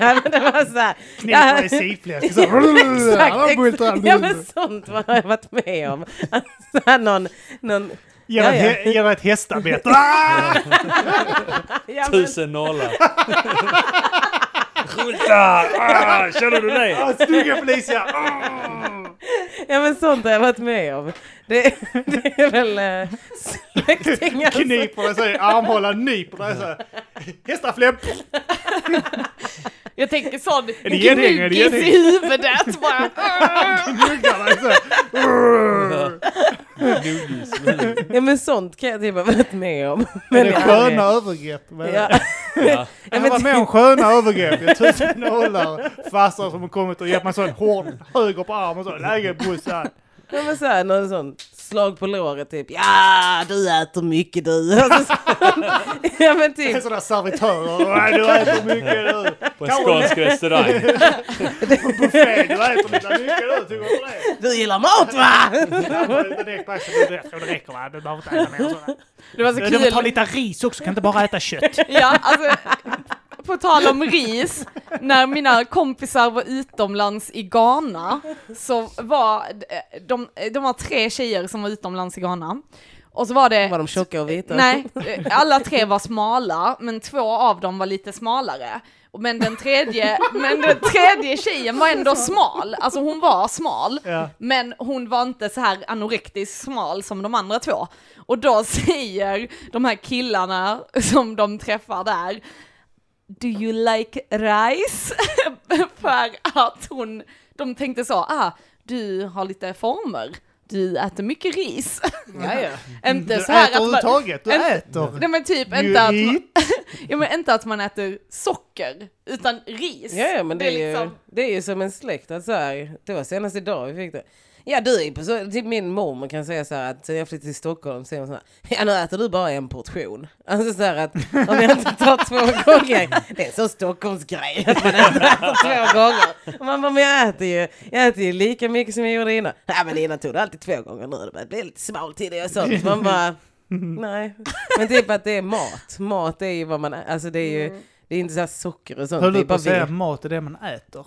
S1: ja, men det var så här.
S2: Knivar i
S1: Ja,
S2: sipfläsk. så här.
S1: Exakt,
S2: Alla bultar.
S1: exakt. Ja men sånt vad har jag varit med om. Alltså, här någon, någon,
S2: Ger
S1: Ja,
S2: ett
S1: ja.
S2: he- ger ett hästarbete. Ah!
S1: ja, men,
S4: Tusen nålar. Rulla! Ah, känner du det?
S2: Snygga Felicia! Ah!
S1: ja men sånt har jag varit med om. Det, det är väl eh, släktingar. som-
S2: Kniper dig så i armhålan, nyper dig så här. Hästarfläpp!
S3: Jag tänker sån
S2: det gäddhäng? Är det
S3: gnuggis
S2: gäddhäng?
S3: i huvudet bara. eh.
S2: Gnuggar dig så här.
S4: Nuggis.
S1: Ja men sånt kan jag typ ha varit med om.
S2: Men det
S1: jag-
S2: är sköna övergrepp. Men
S1: Ja,
S4: Ja.
S2: Jag har varit med om sköna övergrepp. Jag har tusen nålar. Farsor som har kommit och gett mig en sån hård höger på armen. Så läge brorsan.
S1: ja men såhär någon sån slag på låret typ. Ja du äter mycket du. Alltså, sånt. ja men typ.
S2: En sån där servitör. "Åh, Du äter mycket du.
S4: På en skånsk restaurang.
S2: På buffé. Du äter lite mycket du. Tycker du det?
S1: Du gillar mat va?
S2: Ja, det är direkt på axeln. Det- Jag tror det räcker va? Du behöver inte äta mer. sådär.
S3: Det var så
S2: Du behöver ta
S3: kul.
S2: lite ris också. Kan inte bara äta kött.
S3: Ja, alltså, på tal om ris, när mina kompisar var utomlands i Ghana så var eh, de, de var tre tjejer som var utomlands i Ghana. Och så var det...
S1: Var de tjocka och vita?
S3: Nej, eh, alla tre var smala, men två av dem var lite smalare. Men den tredje, men den tredje tjejen var ändå smal, alltså hon var smal,
S2: Ja.
S3: men hon var inte så här anorektiskt smal som de andra två. Och då säger de här killarna som de träffar där, Do you like rice? För att hon, de tänkte så, ah, du har lite former, du äter mycket ris.
S1: Ja, ja.
S3: inte
S2: Du
S3: så här
S2: äter
S3: att man,
S2: överhuvudtaget. Du
S3: en-
S2: äter.
S3: Nej men typ
S2: You
S3: inte att, man,
S2: eat.
S3: ja, men inte att man äter socker, utan ris.
S1: Ja, ja men det, är ju,
S3: liksom-
S1: det är ju som en släkt. Att så här, det var senast idag vi fick det. Ja du är ju på så, typ min mormor kan säga så här att sen jag flyttade till Stockholm så är hon så här, ja nu äter du bara en portion. Alltså så här att om jag inte tar två gånger, det är en sån Stockholmsgrej att man inte äter två gånger. Och man bara, men jag äter ju, jag äter ju lika mycket som jag gjorde innan. Ja men innan tog det alltid två gånger nu, det börjar bli lite smalt till det och sånt. Man bara, Nej, men typ att det är mat. Mat är ju vad man ä- alltså det är ju, det är inte så här socker och sånt.
S2: Höll
S1: det är
S2: du på
S1: bara
S2: att säga
S1: vi-
S2: mat är det man äter?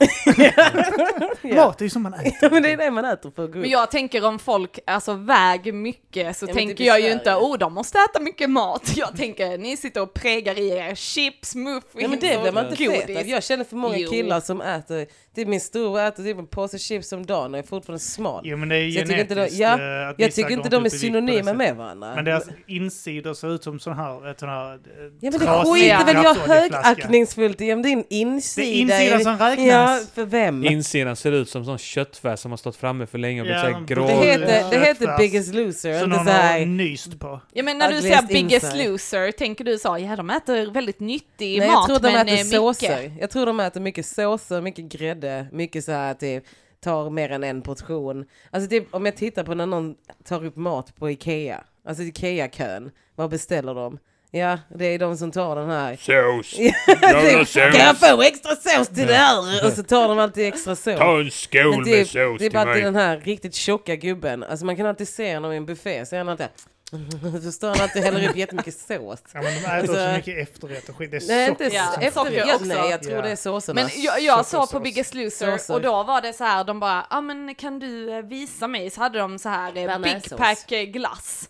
S1: Ja.
S2: Mat är ju som man äter.
S1: Ja, men det är det man äter för att gå upp.
S3: Men jag tänker om folk alltså, väger mycket så
S1: Ja, men
S3: tänker
S1: typ i
S3: jag ju
S1: Sverige.
S3: inte oh de måste äta mycket mat. Jag tänker ni sitter och prägar i er chips, muffins
S1: Nej men det blir man
S3: och
S1: inte
S3: godis.
S1: fet alltså. av. Jag känner för många
S3: Jo.
S1: killar som äter, typ min stora äter typ en påse chips om dagen och är fortfarande smal.
S2: Jo men det är
S1: Så jag tycker inte de-
S2: genetiskt.
S1: ja,
S2: eh, att
S1: jag
S2: vissa
S1: tycker
S2: går
S1: inte de är
S2: upp i vikt på det
S1: synonyma
S2: sättet.
S1: med varandra.
S2: Men deras insidor ser ut som sån här... eh, Sån här eh,
S1: Ja men det
S2: trasig
S1: skiter väl jag
S2: rapsoljeflaska.
S1: högaktningsfullt i om din insida.
S2: Det är insidan som räknas.
S1: Ja, för vem?
S4: Insidan ser ut som sån köttfärs som har stått framme för länge och blivit
S2: Ja,
S4: såhär
S2: de-
S4: grå.
S1: det heter, det heter
S2: Köttfärs.
S1: Biggest Loser,
S2: Så
S1: inte
S2: någon
S1: så här...
S2: har nyst på.
S3: Ja men när du
S1: Ugliest
S3: säger biggest
S1: inside.
S3: loser, tänker du så, ja de äter väldigt nyttig
S1: Nej,
S3: mat
S1: jag tror de
S3: men
S1: äter
S3: eh, mycket.
S1: såser. Jag tror de äter mycket såser, mycket grädde, mycket så här typ tar mer än en portion. Alltså typ om jag tittar på när någon tar upp mat på Ikea, alltså Ikea-kön, vad beställer de? Ja, det är de som tar den här.
S4: Sås!
S1: Ja, typ, kan jag få extra sås till det här? Och så tar de alltid extra sås.
S4: en
S1: Men typ,
S4: skål
S1: det är, det är bara alltid den här riktigt tjocka gubben. Alltså man kan alltid se honom i en buffé, så är han alltid så står han alltid och häller upp jättemycket sås.
S2: Ja, men de äter
S1: Alltså-
S2: också mycket efterrätt och skit. Det är
S1: Nej,
S2: socker
S1: inte
S3: Ja,
S1: ja,
S2: som fan.
S1: efter,
S3: socker
S1: ja,
S3: också.
S1: nej, jag tror
S2: Ja.
S1: det är såserna.
S3: Men jag, jag sa på
S2: Köttfärssås.
S3: Biggest Loser
S1: Såser.
S3: och då var det så här, de bara, ja ah, men kan du eh, visa mig? Så hade de så här eh, Big
S1: Bearnaisesås.
S3: Pack eh, glass.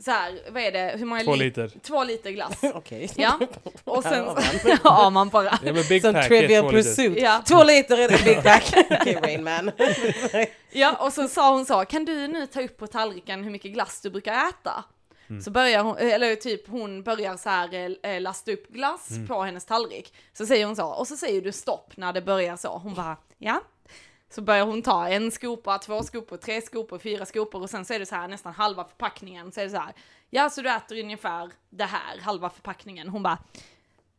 S3: Så här, vad är det, hur många
S4: Två
S3: lit-
S4: liter.
S3: Två liter glass.
S1: Okej.
S3: Ja, och sen,
S1: Här har
S3: ja man bara.
S4: Ja men Big
S1: Som
S4: Pack är två
S1: Trivial
S4: liter.
S1: Pursuit.
S3: Ja.
S1: Två liter är det Big Pack. Okej, Rain Man.
S3: Ja, och så sa hon så, kan du nu ta upp på tallriken hur mycket glass du brukar äta? Så börjar hon, eller typ hon börjar så här eh, lasta upp glass på hennes tallrik. Så säger hon så, och så säger du stopp när det börjar så. Hon bara, ja. Så börjar hon ta en skopa, två skopor, tre skopor, fyra skopor och sen så är det så här nästan halva förpackningen. Så är det så här, ja så du äter ungefär det här, halva förpackningen. Hon bara,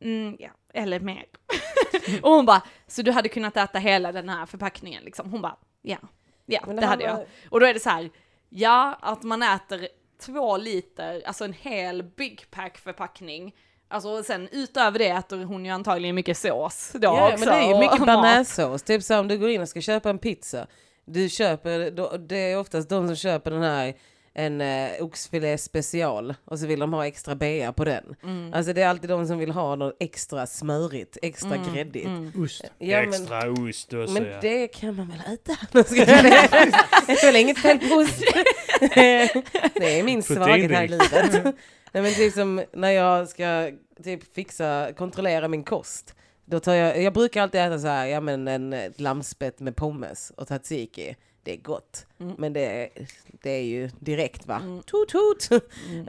S3: mm, ja, eller mer. och hon bara, så du hade kunnat äta hela den här förpackningen liksom. Hon bara, ja, ja
S1: Men
S3: det
S1: det
S3: hade jag.
S1: handlar-
S3: Och då är det så här, ja att man äter två liter, alltså en hel Big Pack förpackning. Alltså och sen utöver det äter hon ju antagligen mycket sås då
S1: Ja,
S3: också.
S1: men det är ju
S3: och-
S1: mycket
S3: och mat.
S1: bearnaisesås. Typ så om du går in och ska köpa en pizza. Du köper, då- det är oftast de som köper den här en eh, oxfilé special och så vill de ha extra bea på den. Alltså det är alltid de som vill ha något extra smörigt, extra gräddigt.
S2: Ost.
S1: Ja, men,
S4: Extra ost och så
S1: men
S4: ja.
S1: det kan man väl äta? Nu ska jag- Det är väl inget fel på ost. Det är min svaghet här i livet. Nej men typ som när jag ska typ fixa, kontrollera min kost. Då tar jag, jag brukar alltid äta så här, ja men en ett lammspett med pommes och tzatziki. Det är gott. Men det, är- det är ju direkt va? Toot toot!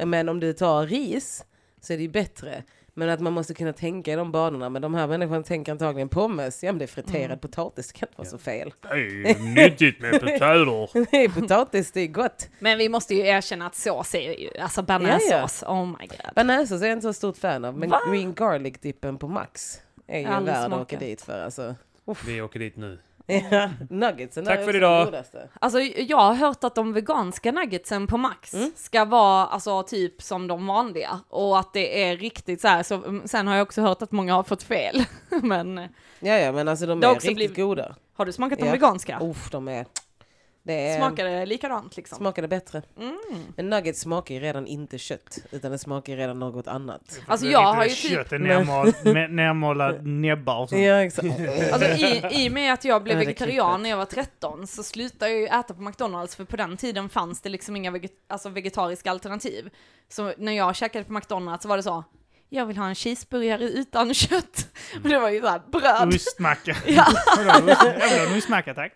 S1: Men om du tar ris så är det ju bättre. Men att man måste kunna tänka i de banorna. Men de här människorna tänker antagligen pommes, ja men det är friterad potatis, det kan inte vara så fel.
S4: Det är nyttigt med potäter.
S1: Nej, potatis, det är gott.
S3: Men vi måste ju erkänna att sås är ju, alltså bearnaisesås, oh my god.
S1: Bearnaisesås är jag inte så stort fan av, men green garlic-dippen på Max är ju
S3: Jag har aldrig
S1: värd att åka
S3: smakat.
S1: dit för alltså.
S4: Vi åker dit nu.
S1: Ja, nuggetsen där
S4: Tack
S1: är
S4: för
S1: också
S4: idag.
S1: de godaste.
S3: Alltså jag har hört att de veganska nuggetsen på Max ska vara alltså typ som de vanliga och att det är riktigt så här. Så, mm, sen har jag också hört att många har fått fel. Men eh,
S1: Ja, ja, men alltså de
S3: Det har
S1: är
S3: också
S1: riktigt
S3: blivit-
S1: goda.
S3: har du smakat de
S1: Ja.
S3: veganska?
S1: Uff, de är... Det är...
S3: Smakar det likadant liksom?
S1: Smakade bättre. Men nuggets smakar ju redan inte kött, utan det smakar ju redan något annat.
S3: Alltså jag har ju typ,
S2: Kött är nermål, med, nermålad näbbar och sånt.
S1: Ja, exakt.
S3: alltså i, i och med att jag blev
S1: Ja, det är
S3: vegetarian
S1: klippet.
S3: när jag var 13 så slutade jag ju äta på McDonalds för på den tiden fanns det liksom inga veget, alltså vegetariska alternativ. Så när jag käkade på McDonalds så var det så, jag vill ha en cheeseburgare utan kött.
S1: Mm.
S3: Och det var ju såhär bröd.
S2: Ostmacka.
S3: Ja.
S2: Jag vill ha en ostmacka tack.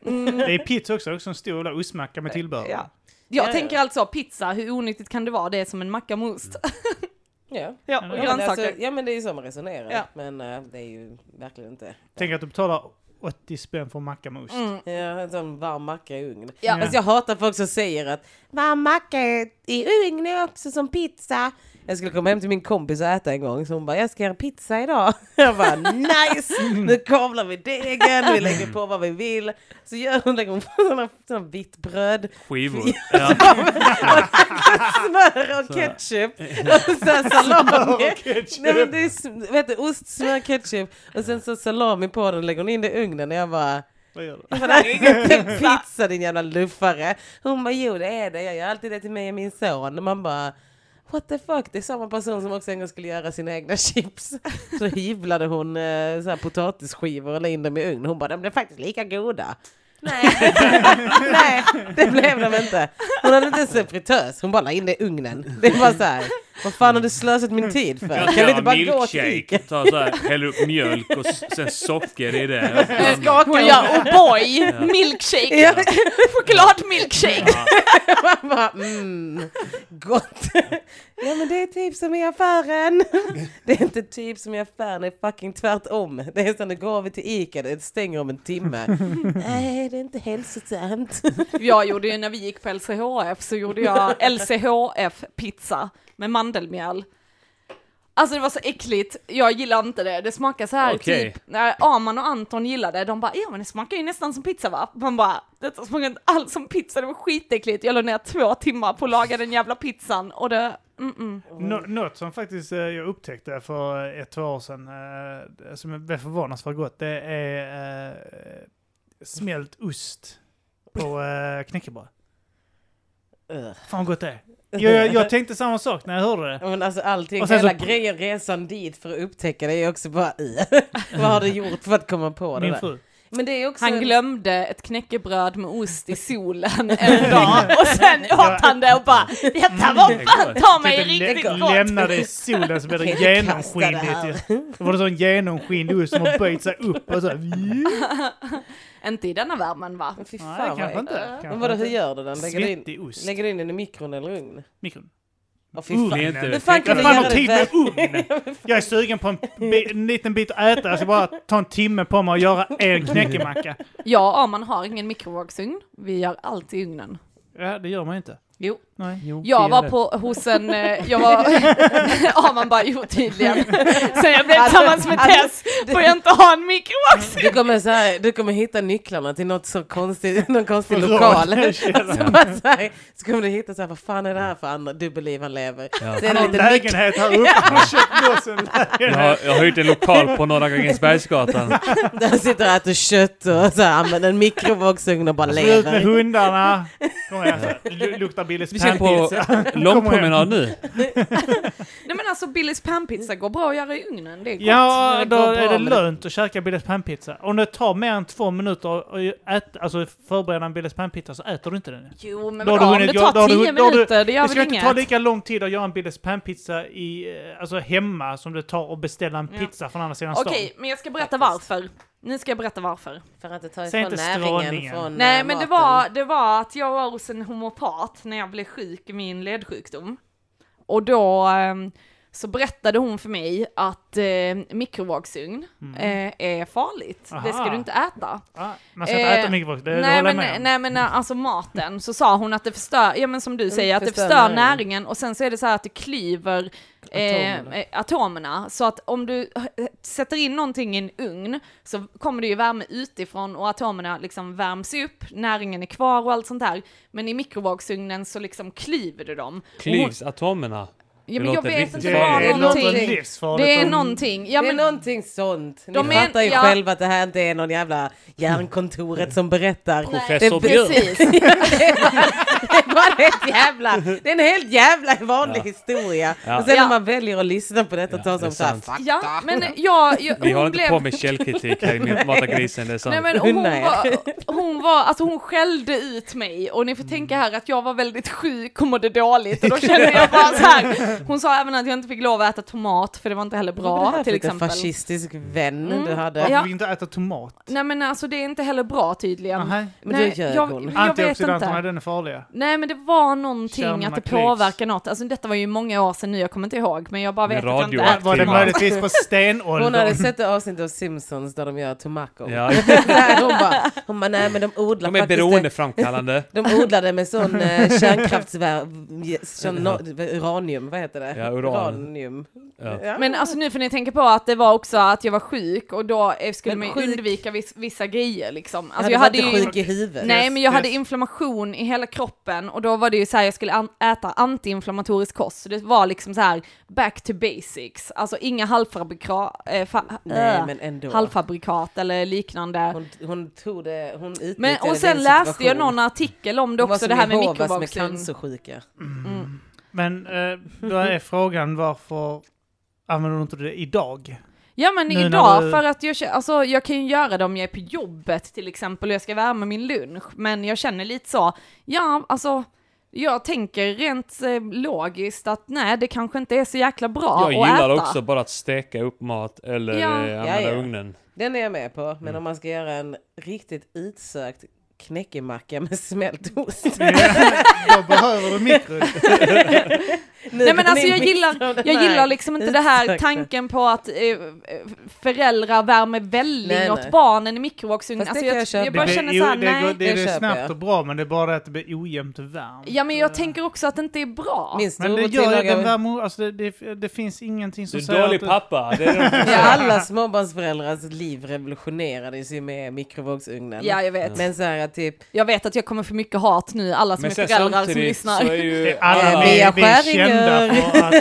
S2: Det är pizza också, också en stor jävla ostmacka med tillbehör.
S3: Ja.
S1: Mm. Ja,
S3: Jag
S1: ja.
S3: tänker alltså pizza, hur onyttigt kan det vara? Det är som en macka med ost.
S1: Ja.
S3: Ja, och
S1: Ja, men alltså,
S3: grönsaker.
S1: ja, men det är ju så man resonerar.
S3: Ja.
S1: Men eh, det är ju verkligen inte...
S2: Tänk att du betalar 80 spänn för en macka med ost.
S1: Ja, en sån varm macka i ugn.
S3: Ja.
S1: Fast jag hatar folk som säger att varm macka i ugn är också som pizza. Jag skulle komma hem till min kompis och äta en gång, så hon bara jag ska göra pizza idag. Jag bara nice, nu kavlar vi degen, vi lägger på vad vi vill. Så gör hon, lägger hon på sådana, sådana vitt bröd,
S4: Skivor. Ja.
S1: smör och ketchup och sen salami. Nej, men det är, sm- vet du, ost, smör, ketchup och sen så salami på den, lägger hon in det i ugnen och jag bara
S2: Vad gör du?
S1: För det här är ju inte pizza din jävla luffare. Hon bara jo det är det, jag gör alltid det till mig och min son. Och man bara what the fuck, det är samma person som också en gång skulle göra sina egna chips. Så hyvlade hon eh, så här potatisskivor och la in dem i ugn. Hon bara, de blev faktiskt lika goda. Nej. Nej, det blev de inte. Hon hade inte ens en fritös, hon bara la in det i ugnen. Det var så här, vad fan har du slösat min tid för?
S4: Jag
S1: Kan
S4: ska
S1: du inte
S4: göra
S1: bara gå till
S4: milkshake,
S1: Ica?
S4: ta så här, häller upp mjölk och s- sen socker i det.
S3: Hon gör O'boy, milkshake,
S1: Ja.
S3: chokladmilkshake.
S1: Man bara, mm, gott. Ja men det är typ som i affären. Det är inte typ som i affären, det är fucking tvärtom. Det är som det går över till Ica, det stänger om en timme. Nej, det är inte hälsosamt.
S3: Jag gjorde ju när vi gick på LCHF så gjorde jag LCHF-pizza med mandelmjöl. Alltså det var så äckligt, jag gillar inte det. Det smakar så här
S4: Okej.
S3: typ, när Arman och Anton gillade det, de bara ja men det smakar ju nästan som pizza va? Man bara, detta smakar inte alls som pizza, det var skitäckligt. Jag la ner två timmar på att laga den jävla pizzan och det, mm -mm.
S2: Nå, något som faktiskt eh, jag upptäckte för ett, två år sedan, eh, som jag blev förvånansvärt gott, det är eh, smält ost på eh, knäckebröd.
S1: Ugh.
S2: Fan vad gott det är. Jag, jag, jag tänkte samma sak när jag hörde det.
S1: Men alltså allting,
S2: Och sen så-
S1: hela grejen, resan dit för att upptäcka det är också bara "Ugh." Vad har du gjort för att komma på det
S2: Min
S1: där?
S2: fru.
S1: Men det är också...
S3: Han glömde ett knäckebröd med ost i solen en dag och sen åt han det och bara detta var fan ta mig
S2: Tänkte lä-
S3: riktigt gott.
S2: lämna det i solen så blir det
S1: Jag kan inte kasta det här.
S2: genomskinligt. ju. Då var det sån genomskinlig ost som har böjt sig upp och så. Nej,
S3: Inte i denna värmen va?
S1: Fy fan
S2: kanske
S1: vad...
S2: inte.
S1: Men
S2: Kanske
S1: vadå, hur
S2: inte.
S1: gör du den? Lägger du in,
S2: Svettig ost.
S1: lägger du in den i mikron eller ugn?
S2: Mikron.
S1: Åh fy fan.
S4: Det är inte-
S1: Hur fan kan
S2: Jag
S1: du
S2: fan
S1: göra
S2: har tid
S1: det?
S2: med ugn! Jag är sugen på en, bi- en liten bit att äta, jag ska bara ta en timme på mig och göra en knäckemacka.
S3: Jag och Arman har ingen mikrovågsugn. Vi gör allt i ugnen.
S2: Ja, det gör man inte.
S3: Jo.
S2: Nej.
S3: Jag var på, hos en, eh, jag var, Arman bara jo tydligen. Sen jag blev tillsammans med Tess får jag inte ha en mikrovågsugn.
S1: Du kommer, så här, du kommer hitta nycklarna till något så konstigt, någon konstig
S2: Förråd.
S1: lokal.
S2: Källaren.
S1: Och så, bara så, här, så kommer du hitta så här, vad fan är det här för andra dubbelliv han lever? Så är
S2: Han
S1: det
S2: har en
S1: lite nyck-
S2: lägenhet här uppe, han har köpt loss en
S4: Jag
S2: lägenhet.
S4: har, jag har hyrt en lokal på Norra Grängesbergsgatan.
S1: där han sitter och äter kött och så här, använder en mikrovågsugn och bara
S2: Går Ut med
S1: lever.
S2: hundarna. Kommer jag, så här, lu- luktar Billys
S4: Vi ska på
S2: pannpizza.
S4: långpromenad nu.
S2: Mm.
S3: Nej men alltså Billys panpizza går bra att göra i ugnen. Det är gott.
S2: Ja,
S1: Men det
S2: då
S1: går bra
S2: är det
S1: med det.
S2: lönt att käka Billys pannpizza. Om det tar mer än två minuter att äta, alltså förbereda en Billys pannpizza så äter du inte den.
S3: Jo men
S2: Då har
S3: vadå,
S2: du
S3: om det
S2: hunnit- då
S3: tar
S2: har du-
S3: tio
S2: då har du-
S3: minuter, det gör
S2: Det ska
S3: väl
S2: inte ta
S3: inget.
S2: lika lång tid att göra en Billys pannpizza i, eh, alltså hemma som det tar att beställa en pizza från andra sidan
S3: Okej, men jag ska berätta varför. Nu ska jag berätta varför.
S1: För att det tar
S2: Säg inte strålningen.
S3: Nej
S1: eh,
S3: men det
S1: maten.
S3: var, det var att jag var hos en homopat när jag blev sjuk i min ledsjukdom. Och då ehm, så berättade hon för mig att eh, mikrovågsugn
S1: Mm.
S3: eh, är farligt. Det ska
S2: Aha.
S3: du inte äta.
S2: stan. Ah, man ska inte
S3: Eh,
S2: äta mycket, det
S3: nej,
S2: håller jag
S3: men,
S2: med om.
S3: nej men eh, alltså maten, så sa hon att det förstör, ja men som du säger, att det
S1: Mm, förstör
S3: förstör näringen.
S1: näringen.
S3: och sen så är det så här att det klyver eh,
S1: Atomerna.
S3: eh, atomerna. Så att om du eh, sätter in någonting i en ugn så kommer det ju värme utifrån och atomerna liksom värms upp, näringen är kvar och allt sånt där. Men i mikrovågsugnen så liksom klyver du dem. Och hon-
S4: Klyvs atomerna?
S3: Ja, men
S4: Det
S3: jag
S4: låter
S3: vet
S4: riktigt
S3: inte
S2: Det
S3: vad
S2: är
S1: var
S2: något
S3: någonting.
S2: livsfarligt.
S3: Det är
S2: om-
S3: någonting. Ja,
S1: det är
S3: men,
S1: någonting sånt. Ni
S3: De är-
S1: fattar ju
S3: ja.
S1: själva att det här inte är någon jävla järnkontoret som berättar.
S4: Professor
S1: det,
S4: Björk.
S1: precis. Ja, det, är bara, det är bara ett jävla, det är en helt jävla vanlig historia.
S4: Ja.
S1: Och sen
S3: Ja.
S1: när man väljer att lyssna på detta
S4: Ja,
S1: tar
S4: det är
S1: som så här,
S4: sant.
S1: fuck.
S3: ja, men jag, jag,
S4: Vi håller
S3: hon
S4: inte
S3: blev
S4: på med källkritik här i Mata grisen, det är sant.
S3: Nej men och hon
S1: Nej.
S3: var, hon var, alltså hon skällde ut mig och ni får tänka
S1: Mm.
S3: här att jag var väldigt sjuk och mådde dåligt och då kände jag bara så här. Hon sa även att jag inte fick lov att äta tomat för det var inte heller
S1: Vad var det
S3: bra
S1: här för
S3: till
S1: lite
S3: exempel.
S1: fascistisk vän
S3: Mm.
S1: du hade?
S2: Varför
S3: Ja.
S2: vill vi inte äta tomat?
S3: Nej men alltså det är inte heller bra tydligen.
S2: Aha.
S1: Men
S3: Nej,
S1: det ljög
S3: jag,
S1: hon.
S3: jag vet
S2: Antioxidanterna,
S3: inte.
S2: den är farliga.
S3: Nej men det var någonting
S2: Kärnorna
S3: att det
S2: klyvs.
S3: påverkar något. Alltså detta var ju många år sedan nu, jag kommer inte ihåg men jag bara
S4: Med
S3: vet att jag
S4: radio-
S3: inte
S4: Ja,
S3: äter
S2: Var det
S4: tomat.
S2: möjligtvis på
S1: Hon hade
S2: stenåldern?
S1: sett ett avsnitt av Simpsons där de gör tomaco.
S4: Ja,
S1: Där hon, bara, hon bara, nej men de odlar
S4: de är
S1: faktiskt det-
S4: beroendeframkallande.
S1: De odlade med sån eh, kärnkraftsvärme, uranium, vad heter det?
S4: Ja, uran.
S1: Uranium.
S4: Ja.
S3: Men alltså nu får ni tänka på att det var också att jag var sjuk och då eh, skulle
S1: Men
S3: man ju
S1: sjuk-
S3: undvika viss, vissa grejer liksom.
S1: Alltså,
S3: Alltså
S1: jag hade inte
S3: ju
S1: sjuk i huvudet.
S3: Nej, men jag
S2: Yes,
S3: hade
S2: yes.
S3: inflammation i hela kroppen och då var det ju så här, jag skulle an- äta antiinflammatorisk kost. Så det var liksom så här, back to basics. Alltså inga halvfabrika- eh, fa-
S1: Nej,
S3: eh,
S1: men ändå.
S3: halvfabrikat eller liknande.
S1: Hon, hon tog det, hon utnyttjade
S3: Men, och
S1: din
S3: sen läste jag
S1: situation.
S3: någon artikel om det
S1: Hon var
S3: också,
S1: som
S3: det här med
S1: Jehovas med
S3: mikrovågsugn.
S1: cancersjuka.
S2: Men eh, då är frågan varför använder du inte det idag?
S3: Ja men
S2: Nu när
S3: idag,
S2: du-
S3: för att jag, kä- alltså, jag kan ju göra det om jag är på jobbet till exempel och jag ska värma min lunch, men jag känner lite så, ja alltså jag tänker rent eh, logiskt att nej, det kanske inte är så jäkla bra
S4: Jag
S3: att
S4: gillar
S3: äta.
S4: också bara att steka upp mat eller
S3: Ja.
S4: eh,
S3: Ja,
S4: använda
S1: ja.
S4: ugnen.
S1: Den är jag med på. Men
S3: Mm.
S1: om man ska göra en riktigt utsökt knäckemacka med smält ost.
S2: då behöver du mikro.
S3: Nej men alltså jag gillar, jag gillar liksom inte det här
S1: utsökte.
S3: tanken på att eh, föräldrar värmer välling
S1: Nej,
S3: åt
S1: nej.
S3: barnen i mikroågsugn.
S1: Fast det kan
S3: Alltså, jag,
S1: jag köpa.
S3: jag
S2: Det
S3: bara
S2: blir-
S3: känner
S2: jo,
S3: såhär,
S2: det, går-
S3: nej.
S2: det,
S1: Det
S2: det är
S1: köper
S2: snabbt
S1: jag.
S2: och bra, men det är bara att det blir ojämnt varmt.
S3: Ja men jag tänker också att det inte är bra.
S1: Min
S2: Men det
S1: storebror
S2: gör ju den
S1: tillagar...
S2: värmer, alltså det, det, det finns ingenting
S4: Du
S2: som
S4: är dålig
S2: du-
S4: pappa. Det är de
S1: Ja, alla småbarnsföräldrars liv revolutionerades ju med mikrovågsugnen.
S3: Ja Alltså, jag vet.
S1: Men så här typ,
S3: Jag vet att jag kommer få mycket hat nu, alla som är föräldrar som lyssnar.
S4: så är ju
S2: Alla
S1: Eh,
S4: alla...
S2: vi,
S1: Mia
S2: vi är kända
S1: Skäringer.
S2: för att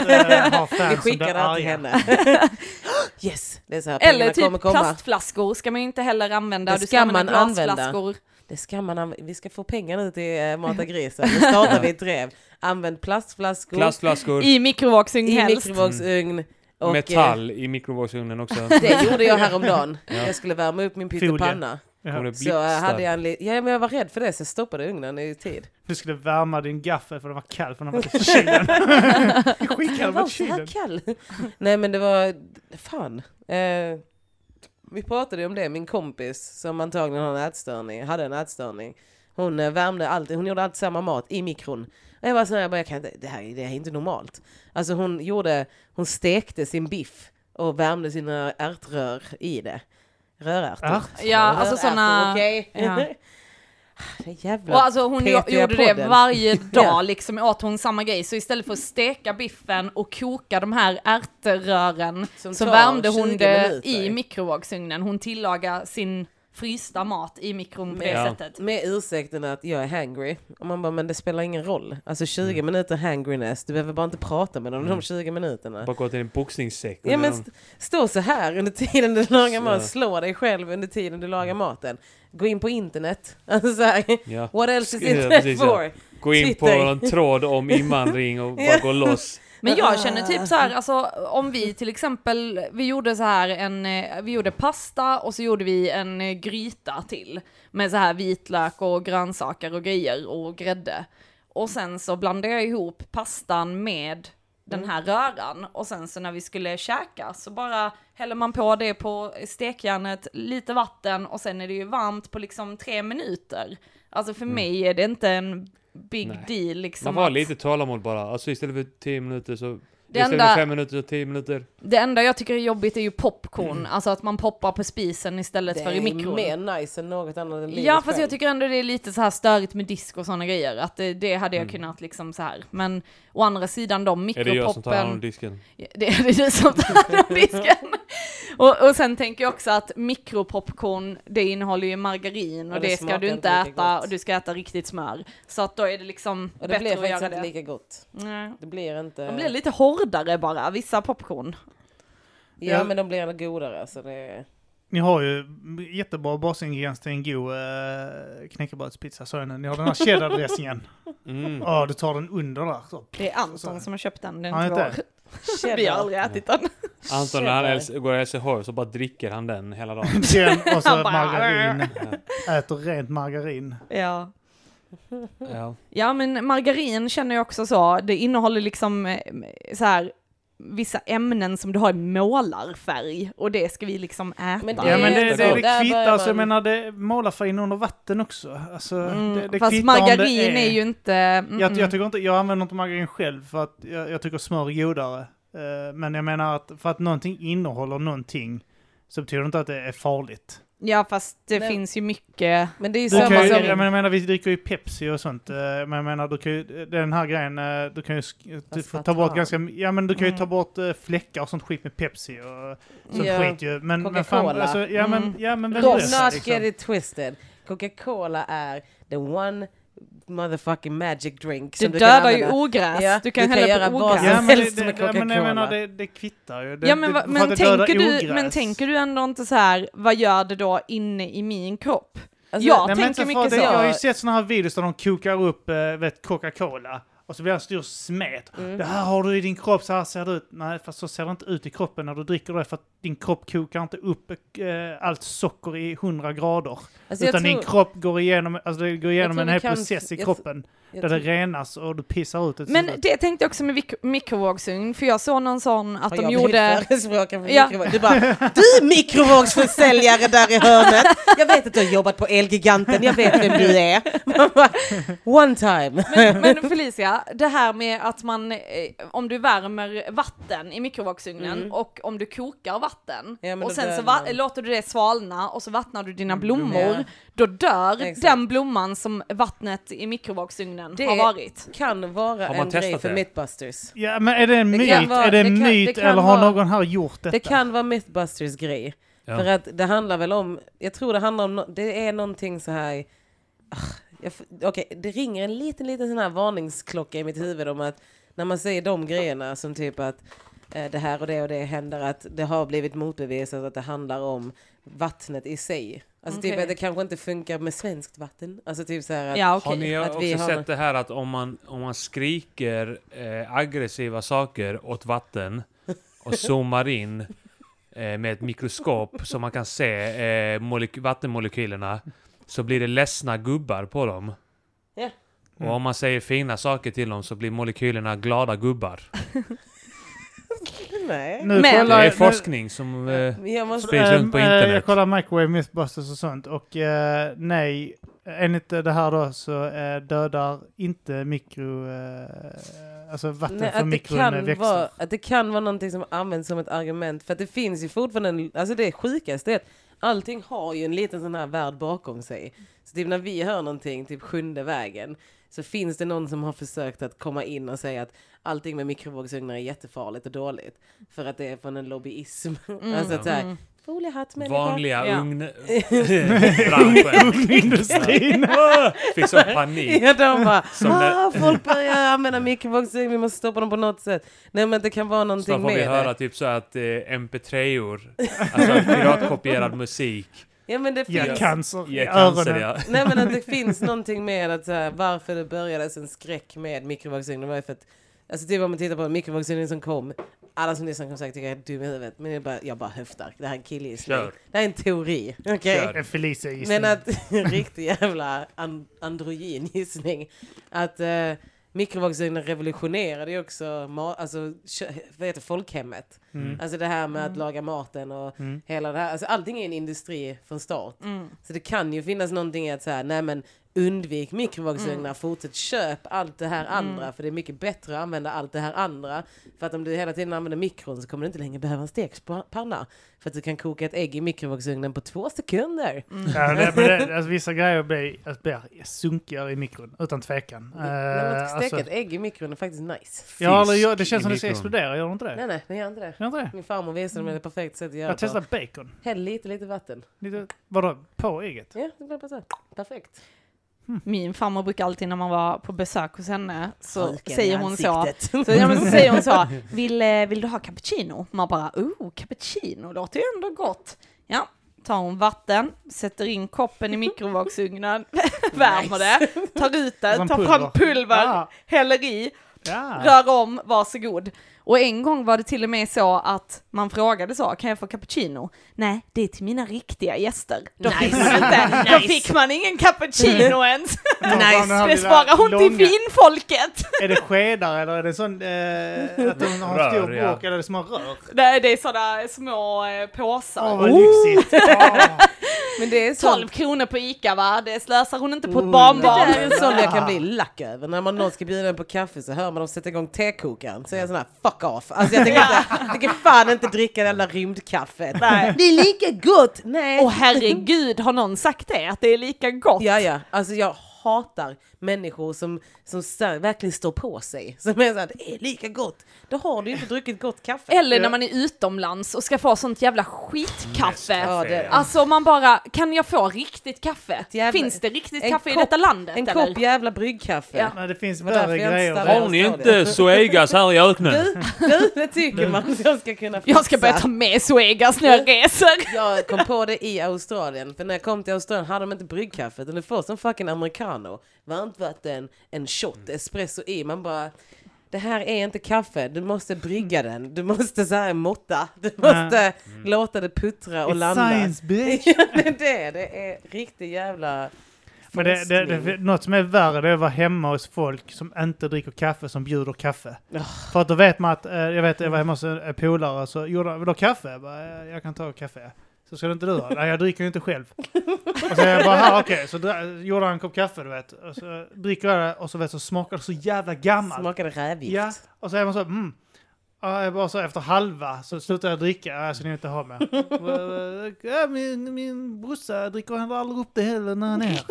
S2: eh, ha
S1: vi
S2: fans som blir
S1: skickar det här till
S2: arga.
S1: henne. yes, det är så här pengarna
S3: Eller
S1: kommer
S3: typ
S1: komma.
S3: plastflaskor ska man ju inte heller använda.
S1: Det
S3: du
S1: ska
S3: ska använda
S1: man använda.
S3: glasflaskor.
S1: Det ska man anv- vi ska få pengar nu till eh, Mata grisen. Nu startar vi ett drev. Använd plastflaskor
S4: Plastflaskor,
S3: I mikrovågsugn
S1: i
S3: helst. Mm.
S1: mikrovågsugn. Och, eh,
S4: metall i mikrovågsugnen också.
S1: Det gjorde jag häromdagen. Jag skulle värma upp min
S2: Folie.
S1: pyttipanna.
S2: Ja.
S4: Kommer det
S1: Så eh, hade
S4: blixtar?
S1: jag en li- ja, men jag var rädd för det så jag stoppade ugnen i tid.
S2: Du skulle värma din gaffel för den var kall för den var i kylen. Skicka
S1: Den
S2: den
S1: var
S2: mot
S1: så
S2: kylen.
S1: här kall. Nej men det var, fan. Eh, vi pratade ju om det, min kompis som antagligen har en ätstörning, hade en ätstörning. Hon eh, värmde alltid, hon gjorde alltid samma mat i mikron. Och jag var sån här, jag bara, jag kan inte, det här, är- det här är inte normalt. Alltså hon gjorde, hon stekte sin biff och värmde sina ärtrör i det. Rörärtor.
S2: Ärtor?
S3: Ja, alltså
S1: Rörärtor,
S3: såna-
S1: Okej.
S3: ja.
S1: Det är jävla
S3: Och alltså hon
S1: petiga
S3: gjo- gjorde det
S1: podden.
S3: varje
S1: Ja.
S3: dag liksom, åt hon samma grej. Så istället för att steka biffen och koka de här ärterören
S1: Som
S3: så
S1: tar
S3: värmde hon
S1: 20
S3: det
S1: minuter.
S3: i mikrovågsugnen. Hon tillagade sin frysta mat i mikron på det
S4: Ja.
S3: sättet.
S1: Med ursäkten att jag är hangry. Och man bara, men det spelar ingen roll. Alltså 20 minuter hangryness, du behöver bara inte prata med dem de 20 minuterna.
S4: Bara gå till en boxningssäck.
S1: Ja men st- stå så här under tiden du lagar
S4: Så.
S1: mat, slå dig själv under tiden du lagar maten. Gå in på internet. Alltså så här,
S4: Ja.
S1: what else is
S4: Ja,
S1: internet
S4: precis, ja.
S1: for?
S4: Gå in på
S1: Titta i-
S4: en tråd om invandring och bara gå loss.
S3: Men
S4: Eh,
S3: jag känner typ så här,
S4: mm.
S3: alltså om vi till exempel, vi gjorde så här en, eh, vi gjorde pasta och så gjorde vi en eh, gryta till med så här vitlök och grönsaker och grejer och grädde. Och sen så blandade jag ihop pastan med
S4: Mm.
S3: den här röran och sen så när vi skulle käka så bara häller man på det på stekjärnet, lite vatten och sen är det ju varmt på liksom tre minuter. Alltså för mig är det inte en big
S4: Mm. Nej.
S3: deal liksom.
S4: Man får ha
S3: att-
S4: lite tålamod bara. Alltså istället för 10 minuter så...
S3: Det
S4: istället
S3: enda-
S4: för 5 minuter så 10 minuter.
S3: Det enda jag tycker är jobbigt är ju popcorn, alltså att man poppar på spisen istället
S1: Mm. Det
S3: för i
S1: är
S3: mikron.
S1: mer nice än något annat än livet
S3: Ja fast
S1: själv.
S3: jag tycker ändå det är lite så här störigt med disk och sådana grejer, att det, det hade jag
S1: Mm.
S3: kunnat liksom så här. Men å andra sidan de
S4: Är det jag som tar hand om
S3: mikropoppen,
S4: disken?
S3: det, det är du som tar hand om disken. och, och sen tänker jag också att mikropopcorn, det innehåller ju margarin och
S1: Och
S3: det,
S1: det
S3: ska
S1: smakar
S3: du inte
S1: inte lika
S3: äta
S1: gott.
S3: och du ska äta riktigt smör. Så att då är det liksom
S1: Och det
S3: bättre
S1: blir
S3: att
S1: faktiskt
S3: göra
S1: inte Eh.
S3: det.
S1: lika gott.
S3: Nej.
S1: Det blir inte...
S3: De blir lite hårdare bara, vissa popcorn.
S1: Ja men de blir ändå godare. Så det är...
S2: Ni har ju jättebra basingrediens till en god uh, knäckebrödspizza sa jag nu. Ni har den här cheddardressingen.
S4: Mm.
S2: Ja, du tar den under där. Så.
S3: Det är Anton
S2: Så.
S3: som har köpt den, den
S2: Ja,
S3: är inte
S2: inte.
S3: vår. Vi har aldrig ätit den.
S4: Anton när han
S1: Cheddar.
S4: äls- går i LCH så bara dricker han den hela dagen.
S2: Den och så
S3: Han bara-
S2: margarin. Äter rent margarin.
S3: Ja.
S4: Ja.
S3: ja, men margarin känner jag också så. Det innehåller liksom eh, så här vissa ämnen som du har i målarfärg och det ska vi liksom äta.
S1: Men det-
S2: Ja men det,
S1: så
S2: det,
S1: där
S2: det
S1: börjar
S2: kvittar, alltså, jag
S1: man-
S2: menar det målar färgen under vatten också. Alltså,
S3: Mm,
S2: det, det
S3: fast
S2: kvittar om det
S3: margarin är ju inte... Mm,
S2: Jag, jag, tycker inte, jag använder inte margarin själv för att jag, jag tycker smör är godare. Eh, men jag menar att för att någonting innehåller någonting så betyder det inte att det är farligt.
S3: ja, fast det
S1: Nej.
S3: finns ju mycket...
S1: Men det är ju
S2: Du
S1: samma
S2: kan ju,
S1: som...
S2: jag, menar, jag menar, vi dricker ju Pepsi och sånt. eh, men jag menar, du kan ju, den här grejen, eh, du kan ju sk- du
S1: Fast
S2: får ta
S1: vad
S2: bort
S1: fan.
S2: ganska, ja men du kan ju
S3: Mm.
S2: ta bort eh, fläckar och sånt skit med Pepsi och sånt
S1: Ja.
S2: skit ju. Men, men fan,
S1: Coca-Cola.
S2: alltså, ja men,
S3: Mm.
S2: ja men vem bryr
S1: Let's
S2: sig
S1: not
S2: liksom?
S1: get it twisted. Coca-Cola är the one motherfucking magic drink
S3: Du
S1: som du
S3: dödar
S1: kan
S3: ju
S1: använda.
S3: ogräs,
S1: Ja,
S3: du kan
S1: du kan
S3: hälla
S1: göra
S3: på
S1: vad
S3: ogräs.
S1: som
S2: Ja men
S1: helst
S2: det, det,
S1: med
S2: ja, men jag menar
S1: Coca-Cola.
S2: det, det kvittar ju. Det,
S3: Ja, men,
S2: det,
S3: va,
S2: för att
S3: men,
S2: det dödar
S3: tänker du,
S2: ogräs.
S3: men tänker du ändå inte så här, vad gör det då inne i min kropp?
S1: Alltså,
S3: ja,
S2: Nej, men
S3: tänker
S2: inte för
S3: mycket
S2: det,
S3: så.
S2: Jag har ju sett såna här videos där de kokar upp eh, vet, Coca-Cola. Och så blir han en stor smet. Mm. Det
S1: Mm.
S2: här har du i din kropp, så här ser det ut. Nej, fast så ser det inte ut i kroppen när du dricker det, för att din kropp kokar inte upp eh, allt socker i 100 grader.
S1: Alltså, jag
S2: utan din
S1: tror-
S2: kropp går igenom, alltså det går igenom
S1: tror
S2: en
S1: det
S2: hel
S1: kan-
S2: process i
S1: jag tror-
S2: kroppen,
S1: jag
S2: där
S1: tror-
S2: det renas och du pissar ut det.
S3: Men det tänkte jag också med mik- mikrovågsugn, för jag såg någon sån att
S1: Har
S3: de
S1: jag
S3: gjorde...
S1: blivit förespråkare för
S3: Ja.
S1: mikrovåg? Du bara, du mikrovågsförsäljare där i hörnet. Jag vet att du har jobbat på Elgiganten, jag vet vem du är. Man bara, One time.
S3: Men, men Felicia, det här med att man, eh, om du värmer vatten i mikrovågsugnen och om du kokar vatten
S1: Mm. Ja, men
S3: och
S1: då
S3: sen
S1: dör
S3: så va-
S1: den.
S3: låter du det svalna och så vattnar du dina blommor,
S1: Ja.
S3: då dör
S1: Exakt.
S3: den blomman som vattnet i mikrovågsugnen
S1: Det-
S3: har varit.
S1: Kan vara
S4: Har man
S1: en grej
S4: testat
S1: för
S4: det?
S1: Mythbusters.
S2: Ja, men är det en
S1: Det
S2: myt?
S1: kan vara-
S2: är det en
S1: det kan- det
S2: myt
S1: kan
S2: eller har
S1: vara-
S2: någon här gjort detta?
S1: Det kan vara Mythbusters grej.
S4: Ja.
S1: För att det handlar väl om, jag tror det handlar om, no- det är någonting så här, ah, jag f- okej, det ringer en liten, liten sån här varningsklocka i mitt huvud om att när man säger de grejerna som typ att eh, det här och det och det händer, att det har blivit motbevisat att det handlar om vattnet i sig. Alltså typ
S3: Okej.
S1: att det kanske inte funkar med svenskt vatten. Alltså typ så här att,
S3: Ja,
S4: Har
S3: okej.
S4: ni
S1: att
S4: också
S1: vi har-
S4: sett det här att om man, om man skriker eh, aggressiva saker åt vatten och zoomar in eh, med ett mikroskop så man kan se eh, molek- vattenmolekylerna så blir det ledsna gubbar på dem.
S1: Ja.
S2: Mm.
S4: Och om man säger fina saker till dem så blir molekylerna glada gubbar.
S1: nej.
S2: Nu
S3: Men-
S4: Det
S2: kollar-
S4: är
S2: nu-
S4: forskning som... Eh,
S1: Jag måste,
S4: Sprid runt på
S2: Ehm, eh,
S4: internet.
S2: Jag kollar Microwave Mythbusters och sånt och eh, nej, enligt det här då så eh, dödar inte mikro, eh, alltså vatten
S1: Nej,
S2: från
S1: att, det kan
S2: mikroväxter.
S1: vara, att det kan vara någonting som används som ett argument. För att det finns ju fortfarande, en, alltså det sjukaste är att allting har ju en liten sån här värld bakom sig. Så typ när vi hör någonting, typ sjunde vägen, så finns det någon som har försökt att komma in och säga att allting med mikrovågsugnar är jättefarligt och dåligt. För att det är från en lobbyism. alltså att såhär,
S3: mm.
S1: foliehatt människa.
S4: vanliga
S3: Ja.
S4: ugn... branschen.
S2: Industrin!
S4: Fick sån panik.
S1: Ja, de bara,
S4: Som när-
S1: ah, folk börjar använda mikrovågsugn, vi måste stoppa dem på något sätt. Nej men det kan vara någonting
S4: Snart får
S1: med
S4: vi
S1: det.
S4: höra typ så här att eh, mp3-or, alltså piratkopierad musik,
S1: Ja men det finns.
S2: Ger cancer i
S4: ger cancer.
S2: öronen.
S4: Ja.
S1: Nej men att det finns någonting med att så här, varför det börjades en skräck med mikrovågsugnen var ju för att Alltså typ om man tittar på mikrovågsugnen som kom Alla som lyssnar kommer säkert tycka jag är dum i huvudet men jag bara, jag bara höftar. Det här är en killgissning.
S4: Kör.
S1: Det här är en teori. Okej?
S4: Kör.
S2: En Felicia-gissning.
S1: Men att en riktig jävla and- androgyn gissning. Att eh, mikrovågsugnen revolutionerade ju också ma- alltså, kö- vad heter, folkhemmet.
S2: Mm.
S1: Alltså det här med att laga maten och
S2: Mm.
S1: hela det här. Alltså, allting är en industri från start.
S3: Mm.
S1: Så det kan ju finnas någonting i att säga, nej men undvik mikrovågsugnar, fortsätt köp allt det här andra för det är mycket bättre att använda allt det här andra. För att om du hela tiden använder mikron så kommer du inte längre behöva en stekpanna. För att du kan koka ett ägg i mikrovågsugnen på två sekunder.
S2: Ja, det, men det, alltså, vissa grejer blir, alltså, blir sunkigare i mikron, utan tvekan. Eh,
S1: nej, men att steka
S2: alltså,
S1: ett ägg i mikron är faktiskt nice.
S2: jag har aldrig, gjort- det
S4: Fisk
S2: känns
S4: i
S2: som det ska
S4: mikron.
S2: explodera, gör det inte det?
S1: Nej nej, den gör inte det.
S2: Gör inte det?
S1: Min farmor visade mig ett perfekt sätt att göra
S2: Eh. Jag
S1: det på.
S2: testar bacon.
S1: Häll lite, lite vatten.
S2: Lite, vadå, på ägget?
S1: Ja, det blir bara så. här. Perfekt.
S3: Min farmor brukar alltid när man var på besök hos henne så
S1: Sjuken i
S3: säger hon så.
S1: ansiktet.
S3: Så, ja, men så säger hon så, vill, eh, vill du ha cappuccino? Man bara, oh, cappuccino låter ju ändå gott. Ja, tar hon vatten, sätter in koppen i mikrovågsugnen, värmer det, tar ut det,
S2: Som
S3: tar fram pulver,
S2: Ah.
S3: häller i,
S2: Ja.
S3: rör om, varsågod. Och en gång var det till och med så att man frågade så, kan jag få cappuccino? Nej, det är till mina riktiga gäster. Då,
S1: Nice.
S3: fick, man inte, då
S1: Nice.
S3: fick man ingen cappuccino ens.
S2: Nice. Den här
S3: Det
S2: lilla
S3: sparar hon till
S2: långa-
S3: finfolket.
S2: Är det skedar eller är det sån eh, att de har en stor
S4: Rör, ja.
S2: burk eller är det små rör? Oh.
S3: Nej, det är sådana små eh, påsar.
S2: Åh vad lyxigt! Åh.
S1: Men det är
S3: 12
S1: sånt.
S3: kronor på ICA va? Det slösar hon inte på ett
S1: Mm. Det
S3: barnbarn.
S1: där är en sån jag kan bli lack över. När man någon ska bjuda en på kaffe så hör man dem sätta igång tekokaren. Så är jag sån här fuck off. Alltså jag tänker, inte, jag tänker fan inte dricka det jävla rymdkaffet.
S3: Nej.
S1: Det är lika gott! Nej.
S3: Åh herregud, har någon sagt det? Att det är lika gott?
S1: Ja, ja. Alltså jag hatar människor som, som så- verkligen står på sig. Som är såhär, det är lika gott. Då har du ju inte druckit gott kaffe.
S3: Eller
S2: Ja.
S3: när man är utomlands och ska få sånt jävla skitkaffe.
S1: Ja, det-
S3: Alltså man bara, kan jag få riktigt kaffe?
S1: Jävla-
S3: Finns det riktigt
S1: en
S3: kaffe i
S1: kopp-
S3: detta landet?
S1: en
S3: eller?
S1: kopp jävla bryggkaffe.
S3: Ja.
S2: Nej, det finns
S1: Det var därför
S2: värre
S1: jag inte
S2: grejer.
S1: ställde
S2: där.
S1: upp. Australien.
S4: Suegas här i öknen?
S1: Du, du, det tycker man. Jag ska kunna fixa.
S3: Jag ska börja ta med Suegas när jag reser.
S1: Jag kom på det i Australien, för när jag kom till Australien hade de inte bryggkaffe utan du får som fucking americano. americano, varmt vatten, en shot
S2: Mm.
S1: espresso i. Man bara, det här är inte kaffe, du måste brygga den, du måste så här måtta, du måste
S4: Mm.
S1: låta det puttra och
S2: It's
S1: landa.
S2: science bitch!
S1: ja, det är det, det är riktigt jävla
S2: Men det, det, det,
S1: forskning.
S2: något som är värre det är att vara hemma hos folk som inte dricker kaffe som bjuder kaffe.
S1: Ah.
S2: För att då vet man att, eh, jag vet jag var hemma hos en en polare så gjorde han, vill du ha kaffe? Jag, bara, "Eh, jag kan ta kaffe. Så ska det inte du ha? Nej jag dricker ju inte själv. Och så jag bara, "Aha, okej. Så dra- gjorde han en kopp kaffe du vet. Och så dricker jag det och så, vet, så smakar det så jävla gammalt.
S1: Smakade rävgift.
S2: Ja, och så är man så, mm. Ja, jag bara så efter halva så slutar jag dricka, Ja, jag ska nog inte ha mer. Ja, min, min brorsa dricker, han drar aldrig upp det heller när han är här.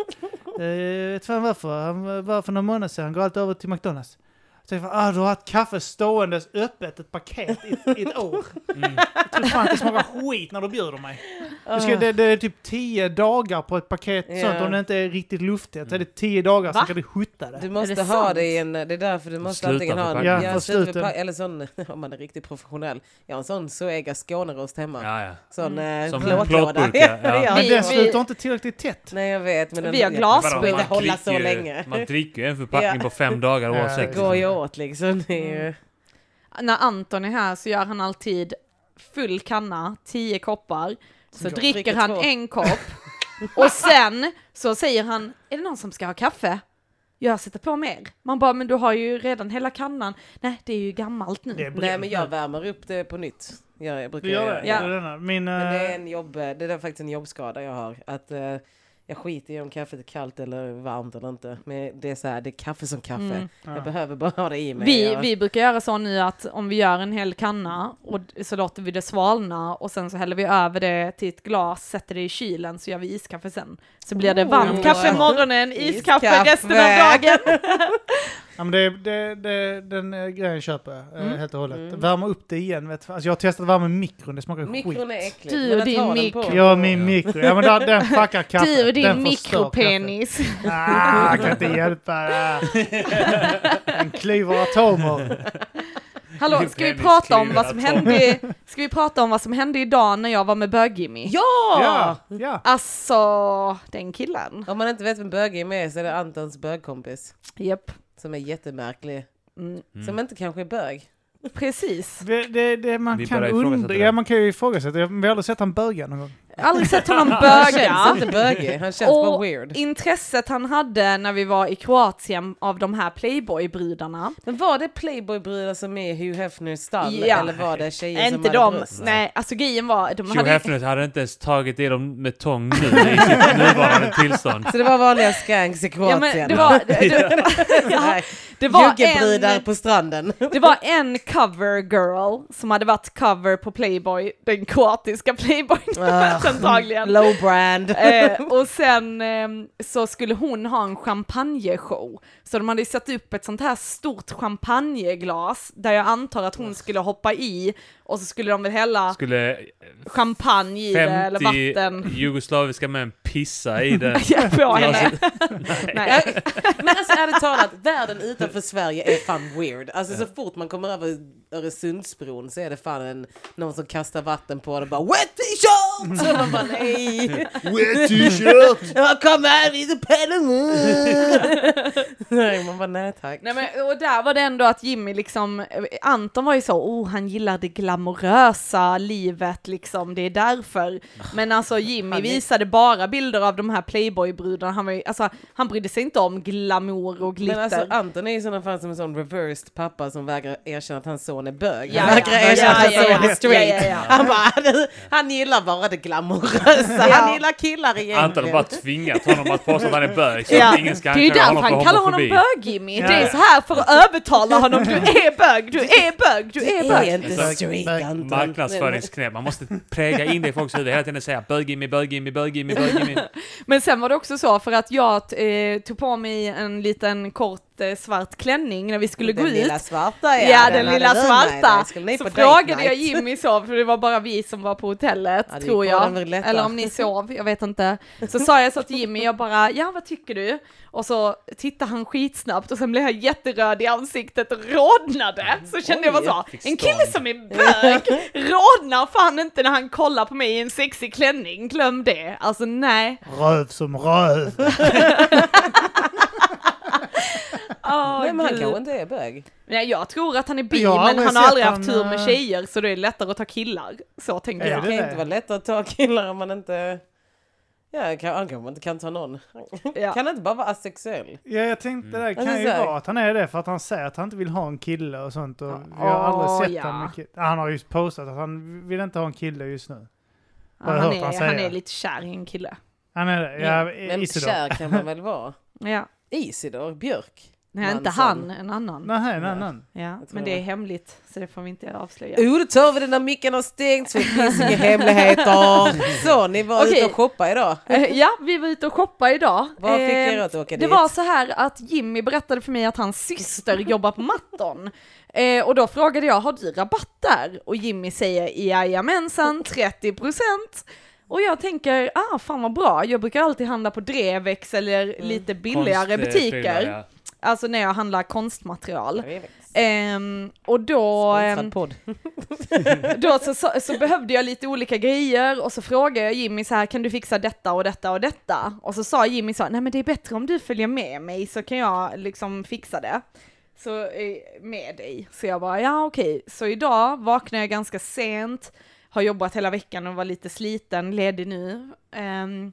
S2: Eh, Jag vet fan varför, han var för några månader sedan, han går alltid över till McDonalds. Så jag bara, ah, du har haft kaffe ståendes öppet ett paket i, i ett år. Jag tror fan att det smakar skit när du bjuder mig. Du ska, det, det är typ tio dagar på ett paket
S1: Ja.
S2: sånt, om det inte är riktigt luftigt. Så är det tio dagar, sen
S3: Va?
S2: kan du skjuta det.
S1: Du måste
S3: det
S1: ha
S3: sant?
S1: det i en, det är därför du måste
S4: Sluta
S1: antingen ha en,
S4: förpackning.
S2: Ja,
S1: ja,
S2: för
S1: sluta
S2: sluten.
S1: förpack- eller sån, om man är riktigt professionell, jag har en sån Zoega Skånerost hemma.
S4: Ja, ja.
S1: Sån eh,
S4: Som en
S1: plåtlåda.
S4: plåtburk, ja.
S1: det gör
S2: Men
S3: Vi-
S1: jag.
S2: den
S3: vi-
S2: slutar inte tillräckligt tätt.
S1: Nej jag vet. Men den,
S3: Vi har
S1: ja,
S3: glas-
S4: Vadå,
S3: Asperger.
S4: man
S1: Hålla så
S4: dricker ju-
S1: länge.
S4: Man dricker ju en förpackning på fem dagar
S2: Ja,
S4: oavsett.
S2: det
S1: Går ju åt liksom. Det är
S2: Mm.
S1: ju,
S3: När Anton är här så gör han alltid full kanna, tio koppar. Så
S1: Jag
S3: dricker
S1: dricker
S3: han
S1: två.
S3: en kopp och sen så säger han, är det någon som ska ha kaffe? Jag sätter på mer. Man bara, men du har ju redan hela kannan. Nej, det är ju gammalt nu.
S2: Det är bra.
S1: nej men jag värmer upp det på nytt. Jag, jag brukar
S2: Du gör
S1: göra.
S2: det?
S3: Ja.
S2: Det är denna. Min,
S1: Men det är,
S2: eh,
S1: en jobb, det är där faktiskt en jobbskada jag har. Att eh, jag skiter i om kaffet är kallt eller varmt eller inte. Men det är så här, det är kaffe som kaffe.
S3: Mm.
S1: Jag behöver bara ha det i mig.
S3: Vi,
S1: Jag-
S3: vi brukar göra så nu att om vi gör en hel kanna och d- så låter vi det svalna och sen så häller vi över det till ett glas, sätter det i kylen så gör vi iskaffe sen. Så blir det varmt
S1: Oh.
S3: kaffe morgonen, iskaffe,
S1: Iskaffe.
S3: resten av dagen.
S2: ja, men det, det, det, den eh, grejen köper jag
S1: Mm.
S2: eh, helt och hållet. Värma upp det igen. Vet, du. alltså, jag har testat att värma i mikron, det smakar
S1: Mikron är
S2: skit.
S1: äcklig.
S3: Du
S1: men
S3: och
S1: att
S3: din
S1: ha den på-
S3: mikro.
S2: Ja, min mikro. Ja, men där, den fuckar kaffet.
S3: Du och din
S2: Den förstör
S3: mikropenis.
S2: kaffet. Ah, jag kan inte hjälpa det. Den klyver atomer.
S3: Hallå,
S4: Din
S3: ska vi
S4: penis
S3: prata om
S4: kliver
S3: vad som
S1: alltså.
S4: att ta.
S3: hände, ska vi prata om vad som hände idag när jag var med bög-Jimmy?
S1: Ja!
S2: Ja, ja.
S3: Alltså, den killen.
S1: Om man inte vet vem bögim är så är det Antons bögkompis.
S3: Japp,
S1: Som är jättemärklig.
S3: Mm.
S1: Som inte kanske är bög.
S3: precis.
S2: Det, det, det man
S4: Vi
S2: kan
S4: börjar ifrågasätta
S2: undra.
S4: det.
S2: Ja, man kan ju ifrågasätta. Jag har aldrig sett han böga någon gång.
S3: Aldrig sett honom
S1: Han känns
S3: böga.
S1: inte bögig, han känns bara weird.
S3: intresset han hade när vi var i Kroatien av de här playboy-brudarna.
S1: Men var det playboybrudar som är Hugh Hefners stall?
S3: Ja.
S1: Eller var det tjejer som
S3: Inte
S1: hade
S3: de,
S1: bröst?
S3: nej alltså grejen var, de
S4: Hugh
S3: hade
S4: Hefner hade inte ens tagit i dem med tång nu i sitt nuvarande tillstånd.
S1: Så det var vanliga skanks i
S3: Ja,
S1: Kroatien?
S3: men det var, det, det,
S1: Nej,
S3: det, var
S1: Juggebrudar
S3: en,
S1: på stranden.
S3: det var en cover girl som hade varit cover på Playboy, den kroatiska Playboyn
S1: Ah.
S3: antagligen.
S1: Low brand.
S3: Eh, och sen ehm, så skulle hon ha en champagneshow. Så de hade ju satt upp ett sånt här stort champagneglas där jag antar att hon skulle hoppa i och så skulle de väl hälla
S4: Skulle
S3: champagne i det eller
S4: 50
S3: vatten.
S4: jugoslaviska män pissa i det?
S3: Ja, på henne.
S1: Ja,
S3: Nej.
S1: Men alltså ärligt talat, världen utanför Sverige är fan weird. Alltså så fort man kommer över Öresundsbron så är det fan en, någon som kastar vatten på det och bara Wet t-shirt! Och man bara nej! Wet t-shirt! Jag kommer här vid Pellemur! Nej man bara nej tack.
S3: Nej, men, och där var det ändå att Jimmy liksom, eh, Anton var ju så, oh han gillar det glamorösa livet liksom, det är därför. Men alltså Jimmy
S1: Han är-
S3: visade bara bilder av de här playboybrudarna, han, var ju- alltså, han brydde sig inte om glamour och glitter.
S1: Men alltså Anton är ju i sådana fall som en sån reversed pappa som vägrar erkänna att hans son är bög.
S3: Ja,
S1: Han
S3: ja.
S1: vägrar
S3: Ja,
S1: erkänna att
S3: ja,
S1: hans
S3: ja.
S1: son är straight.
S3: Ja, ja, ja.
S1: Han bara, han, han gillar bara det glamorösa. Han
S3: Ja.
S1: gillar killar egentligen.
S4: Anton har bara tvingat honom att påstå att han är bög så att ingen ska
S3: det är ju
S4: anklaga
S3: därför
S4: honom
S3: han
S4: för
S3: kallar honom
S4: homofobi.
S3: bög-Jimmy.
S2: Ja.
S3: Det är så här för att övertala honom. Du är bög, du är bög, du är
S1: Det är
S3: bög.
S1: inte
S2: Exakt.
S1: straight
S2: Nej.
S1: Anton.
S4: Marknadsföringsknep. Man måste präga in det i folks huvud hela tiden och säga bög-Jimmy, bög-Jimmy, bög-Jimmy, bög-Jimmy.
S3: Men sen var det också så för att jag eh, tog på mig en liten kort eh, svart klänning när vi skulle
S1: Den
S3: gå ut.
S1: lilla svarta
S3: Ja, den lilla svarta. Så frågade jag Jimmy så, för det var bara vi som var på hotellet,
S1: Ja, det gick
S3: tror
S1: bra, den
S3: jag.
S1: var lätt,
S3: Eller
S1: va?
S3: om ni sov, jag vet inte. Så sa jag så till Jimmy, jag bara, ja vad tycker du? Och så tittade han skitsnabbt och sen blev jag jätteröd i ansiktet och rodnade. Så kände jag
S1: Oj,
S3: bara så,
S4: fick
S3: en kille
S4: stånd.
S3: som är bög rodnar fan inte när han kollar på mig i en sexig klänning, glöm det. Alltså nej.
S2: Röv som röv.
S3: Åh,
S1: Nej, men han
S3: gud.
S1: kanske inte är bög.
S3: Nej, jag tror att han är bi,
S2: Jag har
S3: men
S2: aldrig
S3: han har
S2: sett
S3: aldrig haft
S2: han,
S3: tur med
S2: eh,
S3: tjejer, så då är det lättare att ta killar. Så tänker
S2: Är
S1: Det
S3: jag.
S2: det
S1: kan inte vara lättare att ta killar om man inte... Ja, kan- han kanske inte kan ta någon.
S3: Ja.
S1: Kan han inte bara vara asexuell?
S2: Ja, jag tänkte det
S1: Alltså,
S2: kan ju
S1: så här-
S2: vara att han är det för att han säger att han inte vill ha en kille och sånt. Och
S3: Ja,
S2: jag har
S3: åh,
S2: aldrig sett
S3: ja.
S2: han med kille. Han har just postat att han vill inte ha en kille just nu.
S3: Ja,
S2: Jag har
S3: han,
S2: hört han
S3: är,
S2: säga.
S3: han är lite kär i en kille.
S2: Han är det. Ja,
S3: Mm.
S1: men
S2: Isidor.
S1: kär kan man väl vara?
S3: Ja.
S1: Isidor Björk?
S3: Nej, inte
S1: Mansson.
S3: han, en annan.
S2: Nej, nej, nej, nej.
S3: Ja,
S1: Jag tror
S3: men det
S1: det. Uh.
S3: är hemligt, så det får vi inte avslöja.
S1: Jo, det tar vi det när micken har stängts för det finns inga hemligheter. Så, ni var
S3: Okej.
S1: ute och shoppade idag.
S3: Eh, ja, vi var ute och shoppade idag.
S1: Vad fick
S3: Eh,
S1: er att åka
S3: Det
S1: dit?
S3: var så här att Jimmy berättade för mig att hans syster jobbar på Matton. Eh, och då frågade jag, har du rabatt där? Och Jimmy säger, jajamensan, 30 procent. Och jag tänker, ah fan vad bra, jag brukar alltid handla på Drevex eller
S1: Mm.
S3: lite billigare
S4: Konst, eh,
S3: butiker.
S4: prylar, ja.
S3: Alltså när jag handlar konstmaterial.
S1: Jag vet inte.
S3: Ehm, och då... ehm,
S1: Sponsrad podd.
S3: då så, så, så behövde jag lite olika grejer och så frågade jag Jimmy så här, kan du fixa detta och detta och detta? Och så sa Jimmy så, nej men det är bättre om du följer med mig så kan jag liksom fixa det. Så eh, med dig. Så jag bara, ja okej. Så idag vaknade jag ganska sent, har jobbat hela veckan och var lite sliten, ledig nu. Ehm,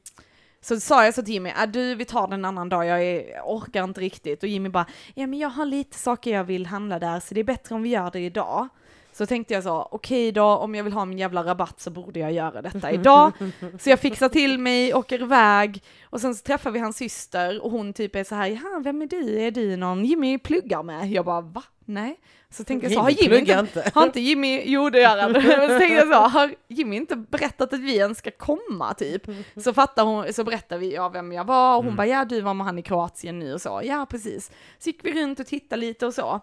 S3: så sa jag så till Jimmy, "Ah, du vi tar den en annan dag, jag är, jag orkar inte riktigt. Och Jimmy bara, ja men jag har lite saker jag vill handla där så det är bättre om vi gör det idag. Så tänkte jag så, okej då, om jag vill ha min jävla rabatt så borde jag göra detta idag. Så jag fixar till mig, åker iväg och sen så träffar vi hans syster och hon typ är så här, ja vem är du? Är du någon Jimmy pluggar med? Jag bara, va? Nej. Så tänkte jag så, har Jimmy inte
S1: pluggar inte.
S3: har inte Jimmy, jo det gör han, men så tänkte jag så, har Jimmy inte berättat att vi ens ska komma typ? Så fattar hon, så berättar vi ja, vem jag var
S1: Mm.
S3: och hon bara ja du var med han i Kroatien nu och så, ja precis. Så gick vi runt och tittade lite och så.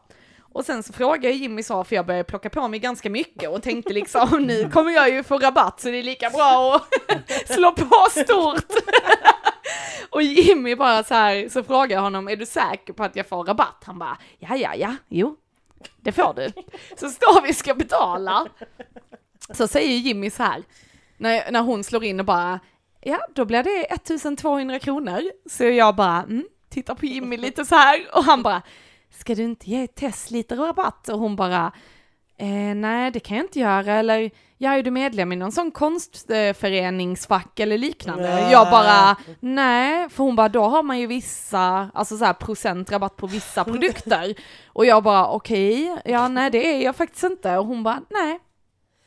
S3: Och sen så frågade jag Jimmy så, för jag började plocka på mig ganska mycket och tänkte liksom nu kommer jag ju få rabatt så det är lika bra att slå på stort. Och Jimmy bara så här, så frågar jag honom, är du säker på att jag får rabatt? Han bara, ja, ja, ja, jo, det får du. Så står vi och ska betala. Så säger Jimmy så här, när, när hon slår in och bara, ja, då blir det 1200 kronor. Så jag bara, mm, tittar på Jimmy lite så här och han bara, ska du inte ge Tess lite rabatt? Och hon bara, eh, nej, det kan jag inte göra, eller ja, är du medlem i någon sån konstföreningsfack eller liknande?
S1: Nej.
S3: Jag bara, nej, för hon bara, då har man ju vissa, alltså så här procentrabatt på vissa produkter. Och jag bara, okej, ja nej det är jag faktiskt inte. Och hon bara, nej.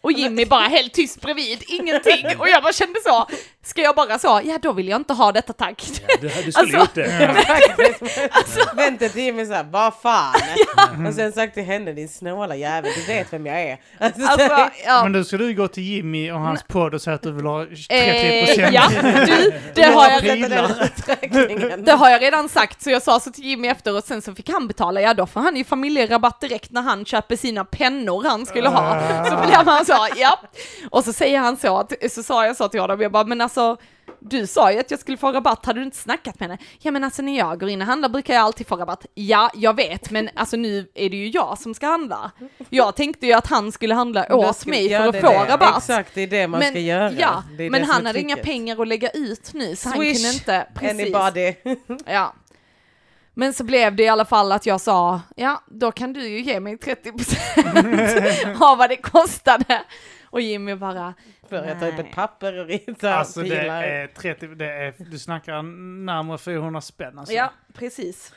S3: Och Jimmy bara helt tyst bredvid, ingenting. Och jag bara kände så, ska jag bara så, ja då vill jag inte ha detta tack.
S4: Ja, du, du skulle
S3: Alltså-
S4: gjort det.
S1: Vänta till Jimmy såhär, vad fan? Och sen sagt till henne, din snåla jävel, du vet vem jag är. Alltså,
S3: Alltså, ja.
S2: Men då ska du gå till Jimmy och hans podd och säga att du vill ha 30
S3: Eh,
S2: procent.
S3: ja, du, det har jag
S1: redan den uträkningen.
S3: Det har jag redan sagt, så jag sa så till Jimmy efteråt, sen så fick han betala, ja då får han ju familjerabatt direkt när han köper sina pennor han skulle ha. Så blev han så, ja. Och så säger han så, att- så sa jag så till honom, jag bara, men alltså du sa ju att jag skulle få rabatt, hade du inte snackat med henne? Ja men alltså när jag går in och handlar brukar jag alltid få rabatt. Ja, jag vet, men alltså nu är det ju jag som ska handla. Jag tänkte ju att han skulle handla
S1: Då
S3: åt
S1: ska-
S3: mig
S1: ja,
S3: för
S1: det
S3: att
S1: är
S3: få
S1: det.
S3: rabatt.
S1: Exakt, det är det man ska göra.
S3: Ja,
S1: Det är
S3: men
S1: det som
S3: han
S1: är
S3: hade inga
S1: tricket.
S3: pengar att lägga ut nu så han
S1: Swish,
S3: kunde inte... Precis.
S1: Anybody.
S3: Ja. Men så blev det i alla fall att jag sa, ja då kan du ju ge mig 30% av vad det kostade. Och Jimmy bara,
S1: För jag tar upp ett
S3: Nej.
S1: papper och ritar
S2: Alltså det
S1: pilar.
S2: är 30, det är, du snackar närmare 400 spänn alltså.
S3: ja precis.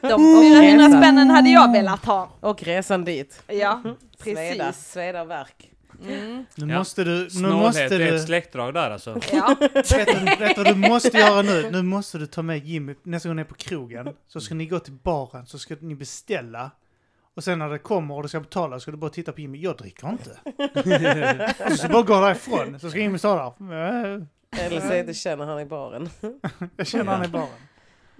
S3: De 400 spännen hade jag velat ha.
S1: Och resan dit.
S3: Ja,
S1: Sveda,
S3: precis. Mm.
S1: sveda verk.
S2: Nu
S4: Ja.
S2: måste du, nu måste
S4: Snålhet är ett
S2: du,
S4: släktdrag där alltså.
S3: Ja.
S2: vet du, vet du, vad du måste göra nu, nu måste du ta med Jimmy nästa gång ni är på krogen. Så ska ni gå till baren, så ska ni beställa. Och sen när det kommer och du ska betala ska du bara titta på Jimmy, jag dricker inte. Och så bara gå därifrån, så ska Jimmy stå där. "Eh,
S1: Eller så inte känner han i baren.
S2: Jag känner han i baren.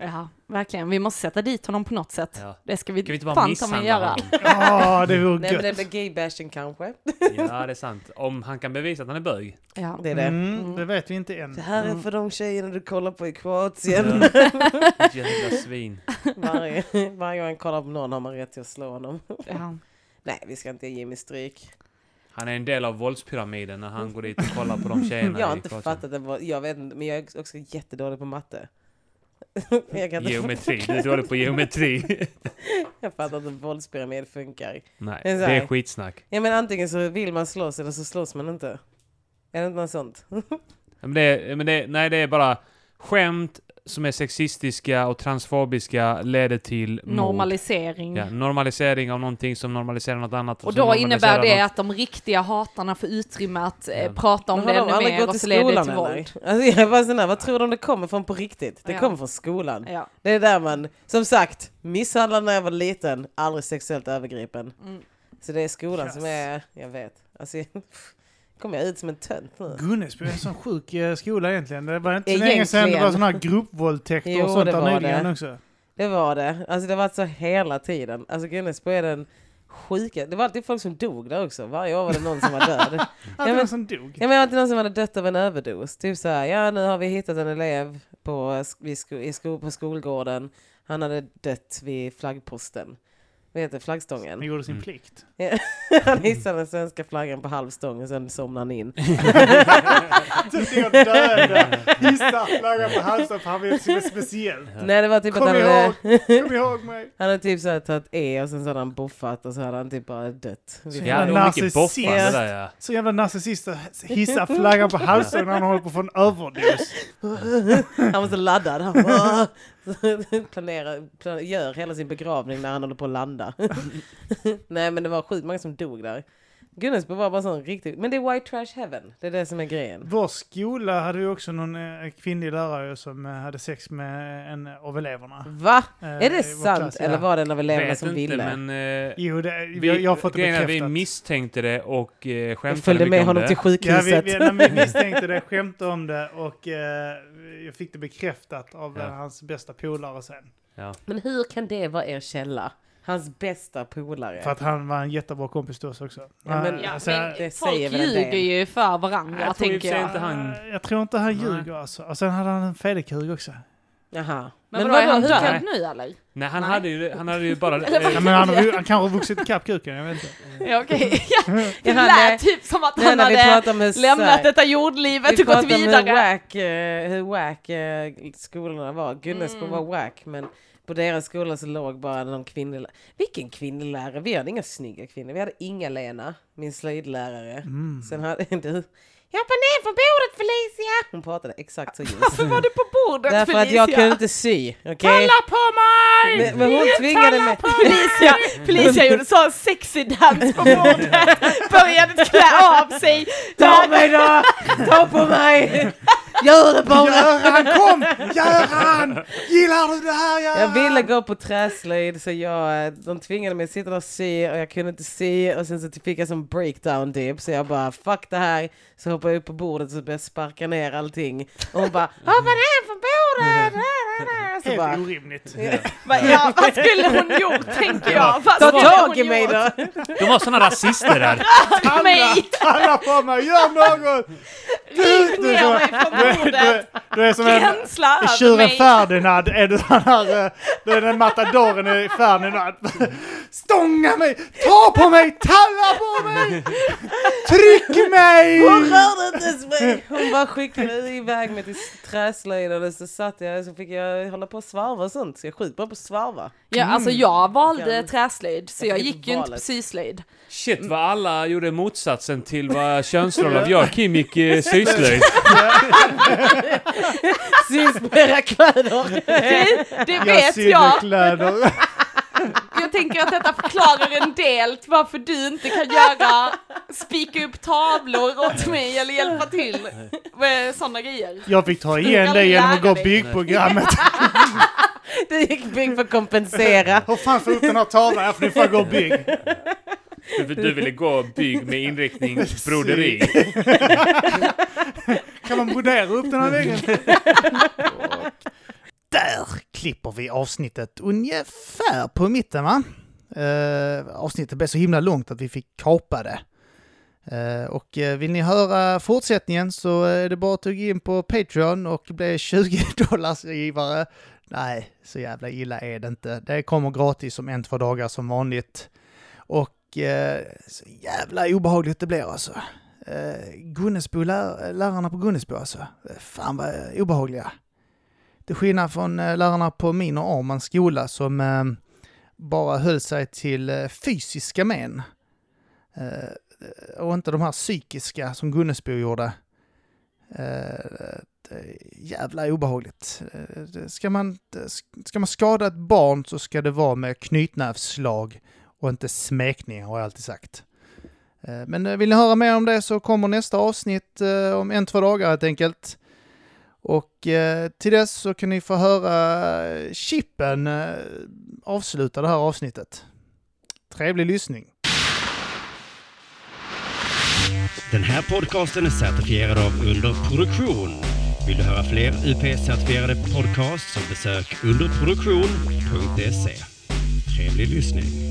S3: ja, verkligen. Vi måste sätta dit honom på något sätt.
S4: Ja.
S3: Det ska vi,
S4: Ska vi inte bara
S3: fan ta med
S4: misshandla
S3: göra.
S4: honom?
S2: Ja, Ah, det
S1: Nej
S2: vore
S1: men
S2: gött.
S1: det blir gaybashing kanske.
S4: Ja, det är sant. Om han kan bevisa att han är bög.
S3: Ja.
S1: Det är det.
S2: Mm, det vet vi inte än.
S1: Det här
S4: Mm.
S1: är för de tjejerna du kollar på i Kroatien.
S4: Jävla svin.
S1: Varje, varje gång han kollar på någon har man rätt till att slå honom.
S3: Ja.
S1: Nej, vi ska inte ge Jimmy stryk.
S4: Han är en del av våldspyramiden när han går dit och kollar på de tjejerna
S1: Jag har
S4: i
S1: inte
S4: Kroatien.
S1: fattat det. var- Jag vet inte, men jag är också jättedålig på matte. Jag, kan inte,
S4: Geometri. Du är dålig på geometri.
S1: jag fattar inte hur våldspyramid funkar.
S4: Nej,
S1: Det
S4: det
S1: är så här.
S4: är skitsnack.
S1: Ja men antingen så vill man slåss eller så slåss man inte. Är det inte något sånt?
S4: Men det, är- men det, nej, det är bara skämt som är sexistiska och transfobiska leder till mord.
S3: Normalisering.
S4: Ja, normalisering av någonting som normaliserar något annat.
S3: Och
S4: som
S3: då innebär
S4: normaliserar
S3: det
S4: något-
S3: att de riktiga hatarna får utrymme att eh,
S4: Ja.
S3: prata om
S1: Men
S3: det
S1: har de
S3: ännu
S1: aldrig
S3: mer
S1: gått
S3: och
S1: i
S3: så leder det till
S1: skolan, eller?
S3: våld.
S1: Alltså, jag är bara sån här, vad tror de det kommer från på riktigt? Det
S3: Ja.
S1: kommer från skolan.
S3: Ja.
S1: Det är där man, som sagt, misshandlad när jag var liten, aldrig sexuellt övergripen.
S3: Mm.
S1: Så det är skolan
S2: Yes.
S1: som är, jag vet. Alltså, kommer jag ut som en tönt nu?
S2: Gunnesby är en sån sjuk eh, skola egentligen. Det var inte så länge sedan det
S1: Egentligen.
S2: var sådana här gruppvåldtäkter
S1: Jo,
S2: och sånt
S1: det
S2: där
S1: var
S2: nyligen
S1: det.
S2: också.
S1: Det var det. Alltså det har varit så hela tiden. Alltså Gunnesbo är den sjuka. Det var alltid folk som dog där också. Varje år var det någon som var död.
S2: Ja,
S1: men-
S2: men, som dog.
S1: Jag menar alltid någon som hade dött av en överdos. Typ så här, ja nu har vi hittat en elev på, eh, sk- vid sko, i sko, på skolgården. Han hade dött vid flaggposten. Vad heter det?
S2: Han
S1: flaggstången?
S2: gjorde sin
S4: Mm.
S2: plikt. mm.
S1: Han hissade den svenska flaggan på halvstång och sen somnade han in.
S2: Typ döda, hissa flaggan på halsen för han vet så speciellt.
S1: Nej det var typ att
S2: Kom
S1: han
S2: ihåg,
S1: hade,
S2: kom ihåg mig.
S1: han hade typ så här tagit E och sen så hade han boffat och så hade han typ bara dött.
S2: Så
S4: Ja, det
S2: jävla
S4: var mycket
S2: narcissist.
S4: boffande det där ja.
S2: Så jävla narcissist att hissa flaggan på halsen när han håller på att få en överdos.
S1: Han var så laddad. Han bara, planerar, planerar, gör hela sin begravning när han håller på att landa. Nej men det var sjukt många som dog där. Gunnesbo var bara sån riktigt... Men det är white trash heaven. Det är det som är grejen.
S2: Vår skola hade ju också någon eh, kvinnlig lärare som eh, hade sex med en av eleverna.
S1: Va?
S2: Eh,
S1: Är
S2: i
S1: det
S2: vår
S1: sant?
S2: klass, ja.
S1: Eller var det en av eleverna
S4: Vet
S1: som
S4: inte,
S1: ville?
S4: men... eh,
S2: Jo, det, vi,
S4: vi,
S2: jag har fått det
S4: grejen är att
S2: bekräftat.
S4: vi misstänkte det och eh,
S1: Jag
S4: skämtade
S1: följde
S4: mycket
S1: med
S4: om
S1: honom
S4: det.
S1: till
S2: Ja, vi,
S1: sjukhuset.
S2: vi, när vi misstänkte det, skämtade om det och eh, jag fick det bekräftat av eh,
S4: Ja.
S2: hans bästa polare sen.
S4: Ja.
S1: Men hur kan det vara er källa? Hans bästa polare.
S2: För att han var en jättebra kompis till oss också.
S1: Ja, men-
S2: Eh,
S3: Ja,
S2: alltså,
S3: men
S1: det
S3: folk
S1: säger väl en
S3: ljuger
S1: del.
S3: ju för varandra,
S4: Jag tror i och
S3: tänker
S4: för sig
S3: jag.
S4: inte han...
S2: eh, jag tror inte han
S4: Nej.
S2: ljuger alltså. Och sen hade han en fädekuk också.
S1: Jaha.
S3: Men, vadå, är han
S1: hur
S4: död?
S1: kan-
S3: död nu eller?
S4: Nej, han,
S3: Nej.
S4: Hade ju, han hade ju bara... eh,
S2: Ja, men han, har ju- han kanske har vuxit ikapp kuken, jag vet inte.
S3: Ja, okej. Ja, det
S1: Jaha, nej.
S3: lät typ som att
S1: Nej,
S3: han
S1: när vi
S3: hade
S1: pratar med
S3: lämnat detta jordlivet och gått
S1: pratar om Hur
S3: vidare.
S1: wack, eh, hur wack eh, skolorna var. Gunnesbo
S3: Mm.
S1: var wack men på deras skola så låg bara någon kvinnlig lärare. Vilken kvinnlig lärare? Vi hade inga snygga kvinnor. Vi hade Inga-Lena, min slöjdlärare.
S2: Mm.
S1: Sen hade du... Jag hoppar ner från bordet Felicia! Hon pratade exakt så just.
S3: Varför var du på bordet
S1: Därför att jag kunde inte sy. Okej?
S3: Kalla på mig!
S1: Men, men hon tvingade mig.
S3: Felicia, Felicia gjorde så en sexy dans på bordet, började klä av sig.
S1: Ta mig då! Ta på mig! Gör det bara!
S2: Göran, kom! Göran! Gillar du det här Göran?
S1: Jag ville gå på träslöjd så jag, eh, de tvingade mig att sitta där och sy och jag kunde inte sy och sen så fick jag som breakdown typ så jag bara fuck det här så hoppade jag upp på bordet så började jag sparka ner allting och hon bara hoppa ner från bordet! Så
S2: Helt
S1: bara
S2: orimligt.
S3: Vad- Ja, vad skulle hon gjort tänker jag? Vad
S1: ta
S3: skulle hon
S1: tag i mig
S3: gjort?
S1: då!
S4: De var såna rasister där.
S3: Tag mig!
S2: Alla på mig, gör något!
S3: Riv
S2: Du är
S3: ner
S2: så-
S3: mig från
S2: Du är, du,
S3: bordet!
S2: är- du är som en...
S3: Gränsla
S2: I
S3: över
S2: tjuren
S3: mig!
S2: Ferdinand är du sån här... eh, Du är den matadoren i Ferdinand. Stånga mig! Ta på mig! Talla på mig! Tryck mig!
S1: Hon rörde inte ens mig! Hon bara skickade iväg mig till träslöjden och så satt jag så fick jag hålla på och svarva och sånt så jag är skitbra på att svarva.
S3: Ja, alltså jag valde
S1: Kan-
S3: träslöjd, så
S1: Jag
S3: jag
S1: fick
S3: gick ju inte på
S1: valet.
S3: syslöjd.
S4: Shit vad alla gjorde motsatsen till vad könsroller... Jag och Kim gick eh, syslöjd.
S1: Syns på era kläder!
S3: Det, det vet
S2: sydde
S3: jag.
S2: kläder.
S3: Jag tänker att detta förklarar en del till varför du inte kan göra, spika upp tavlor åt mig eller hjälpa till med sådana grejer.
S2: Jag fick ta igen
S3: Jag
S2: det genom att
S3: lärde
S2: gå
S3: dig.
S2: byggprogrammet.
S1: Det gick Bing för att kompensera.
S2: Hur fan får jag upp den här tavlan? Jag får nu fan gå och bygg.
S4: Du, du ville gå bygg med inriktning broderi.
S2: Kan man brodera upp den här väggen? Där klipper vi avsnittet ungefär på mitten va? Eh, avsnittet blev så himla långt att vi fick kapa det. Eh, och eh, vill ni höra fortsättningen så är det bara att gå in på Patreon och bli 20 dollars givare. Nej, så jävla illa är det inte. Det kommer gratis om en, två dagar som vanligt. Och eh, så jävla obehagligt det blir alltså. Eh, Gunnesbo, lär, lärarna på Gunnesbo alltså. Eh, Fan vad obehagliga. Till skillnad från eh, lärarna på min och Armans skola som eh, bara höll sig till eh, fysiska men. Eh, och inte de här psykiska som Gunnesbo gjorde. Eh, det- jävla obehagligt. Eh, det- ska, man, det- ska man skada ett barn så ska det vara med knytnävsslag och inte smekningar har jag alltid sagt. Eh, Men eh, vill ni höra mer om det så kommer nästa avsnitt eh, om en, två dagar helt enkelt. Och eh, till dess så kan ni få höra Chippen eh, avsluta det här avsnittet. Trevlig lyssning!
S5: Den här podcasten är certifierad av Underproduktion. Vill du höra fler UP-certifierade podcasts så besök underproduktion.se. E. Trevlig lyssning!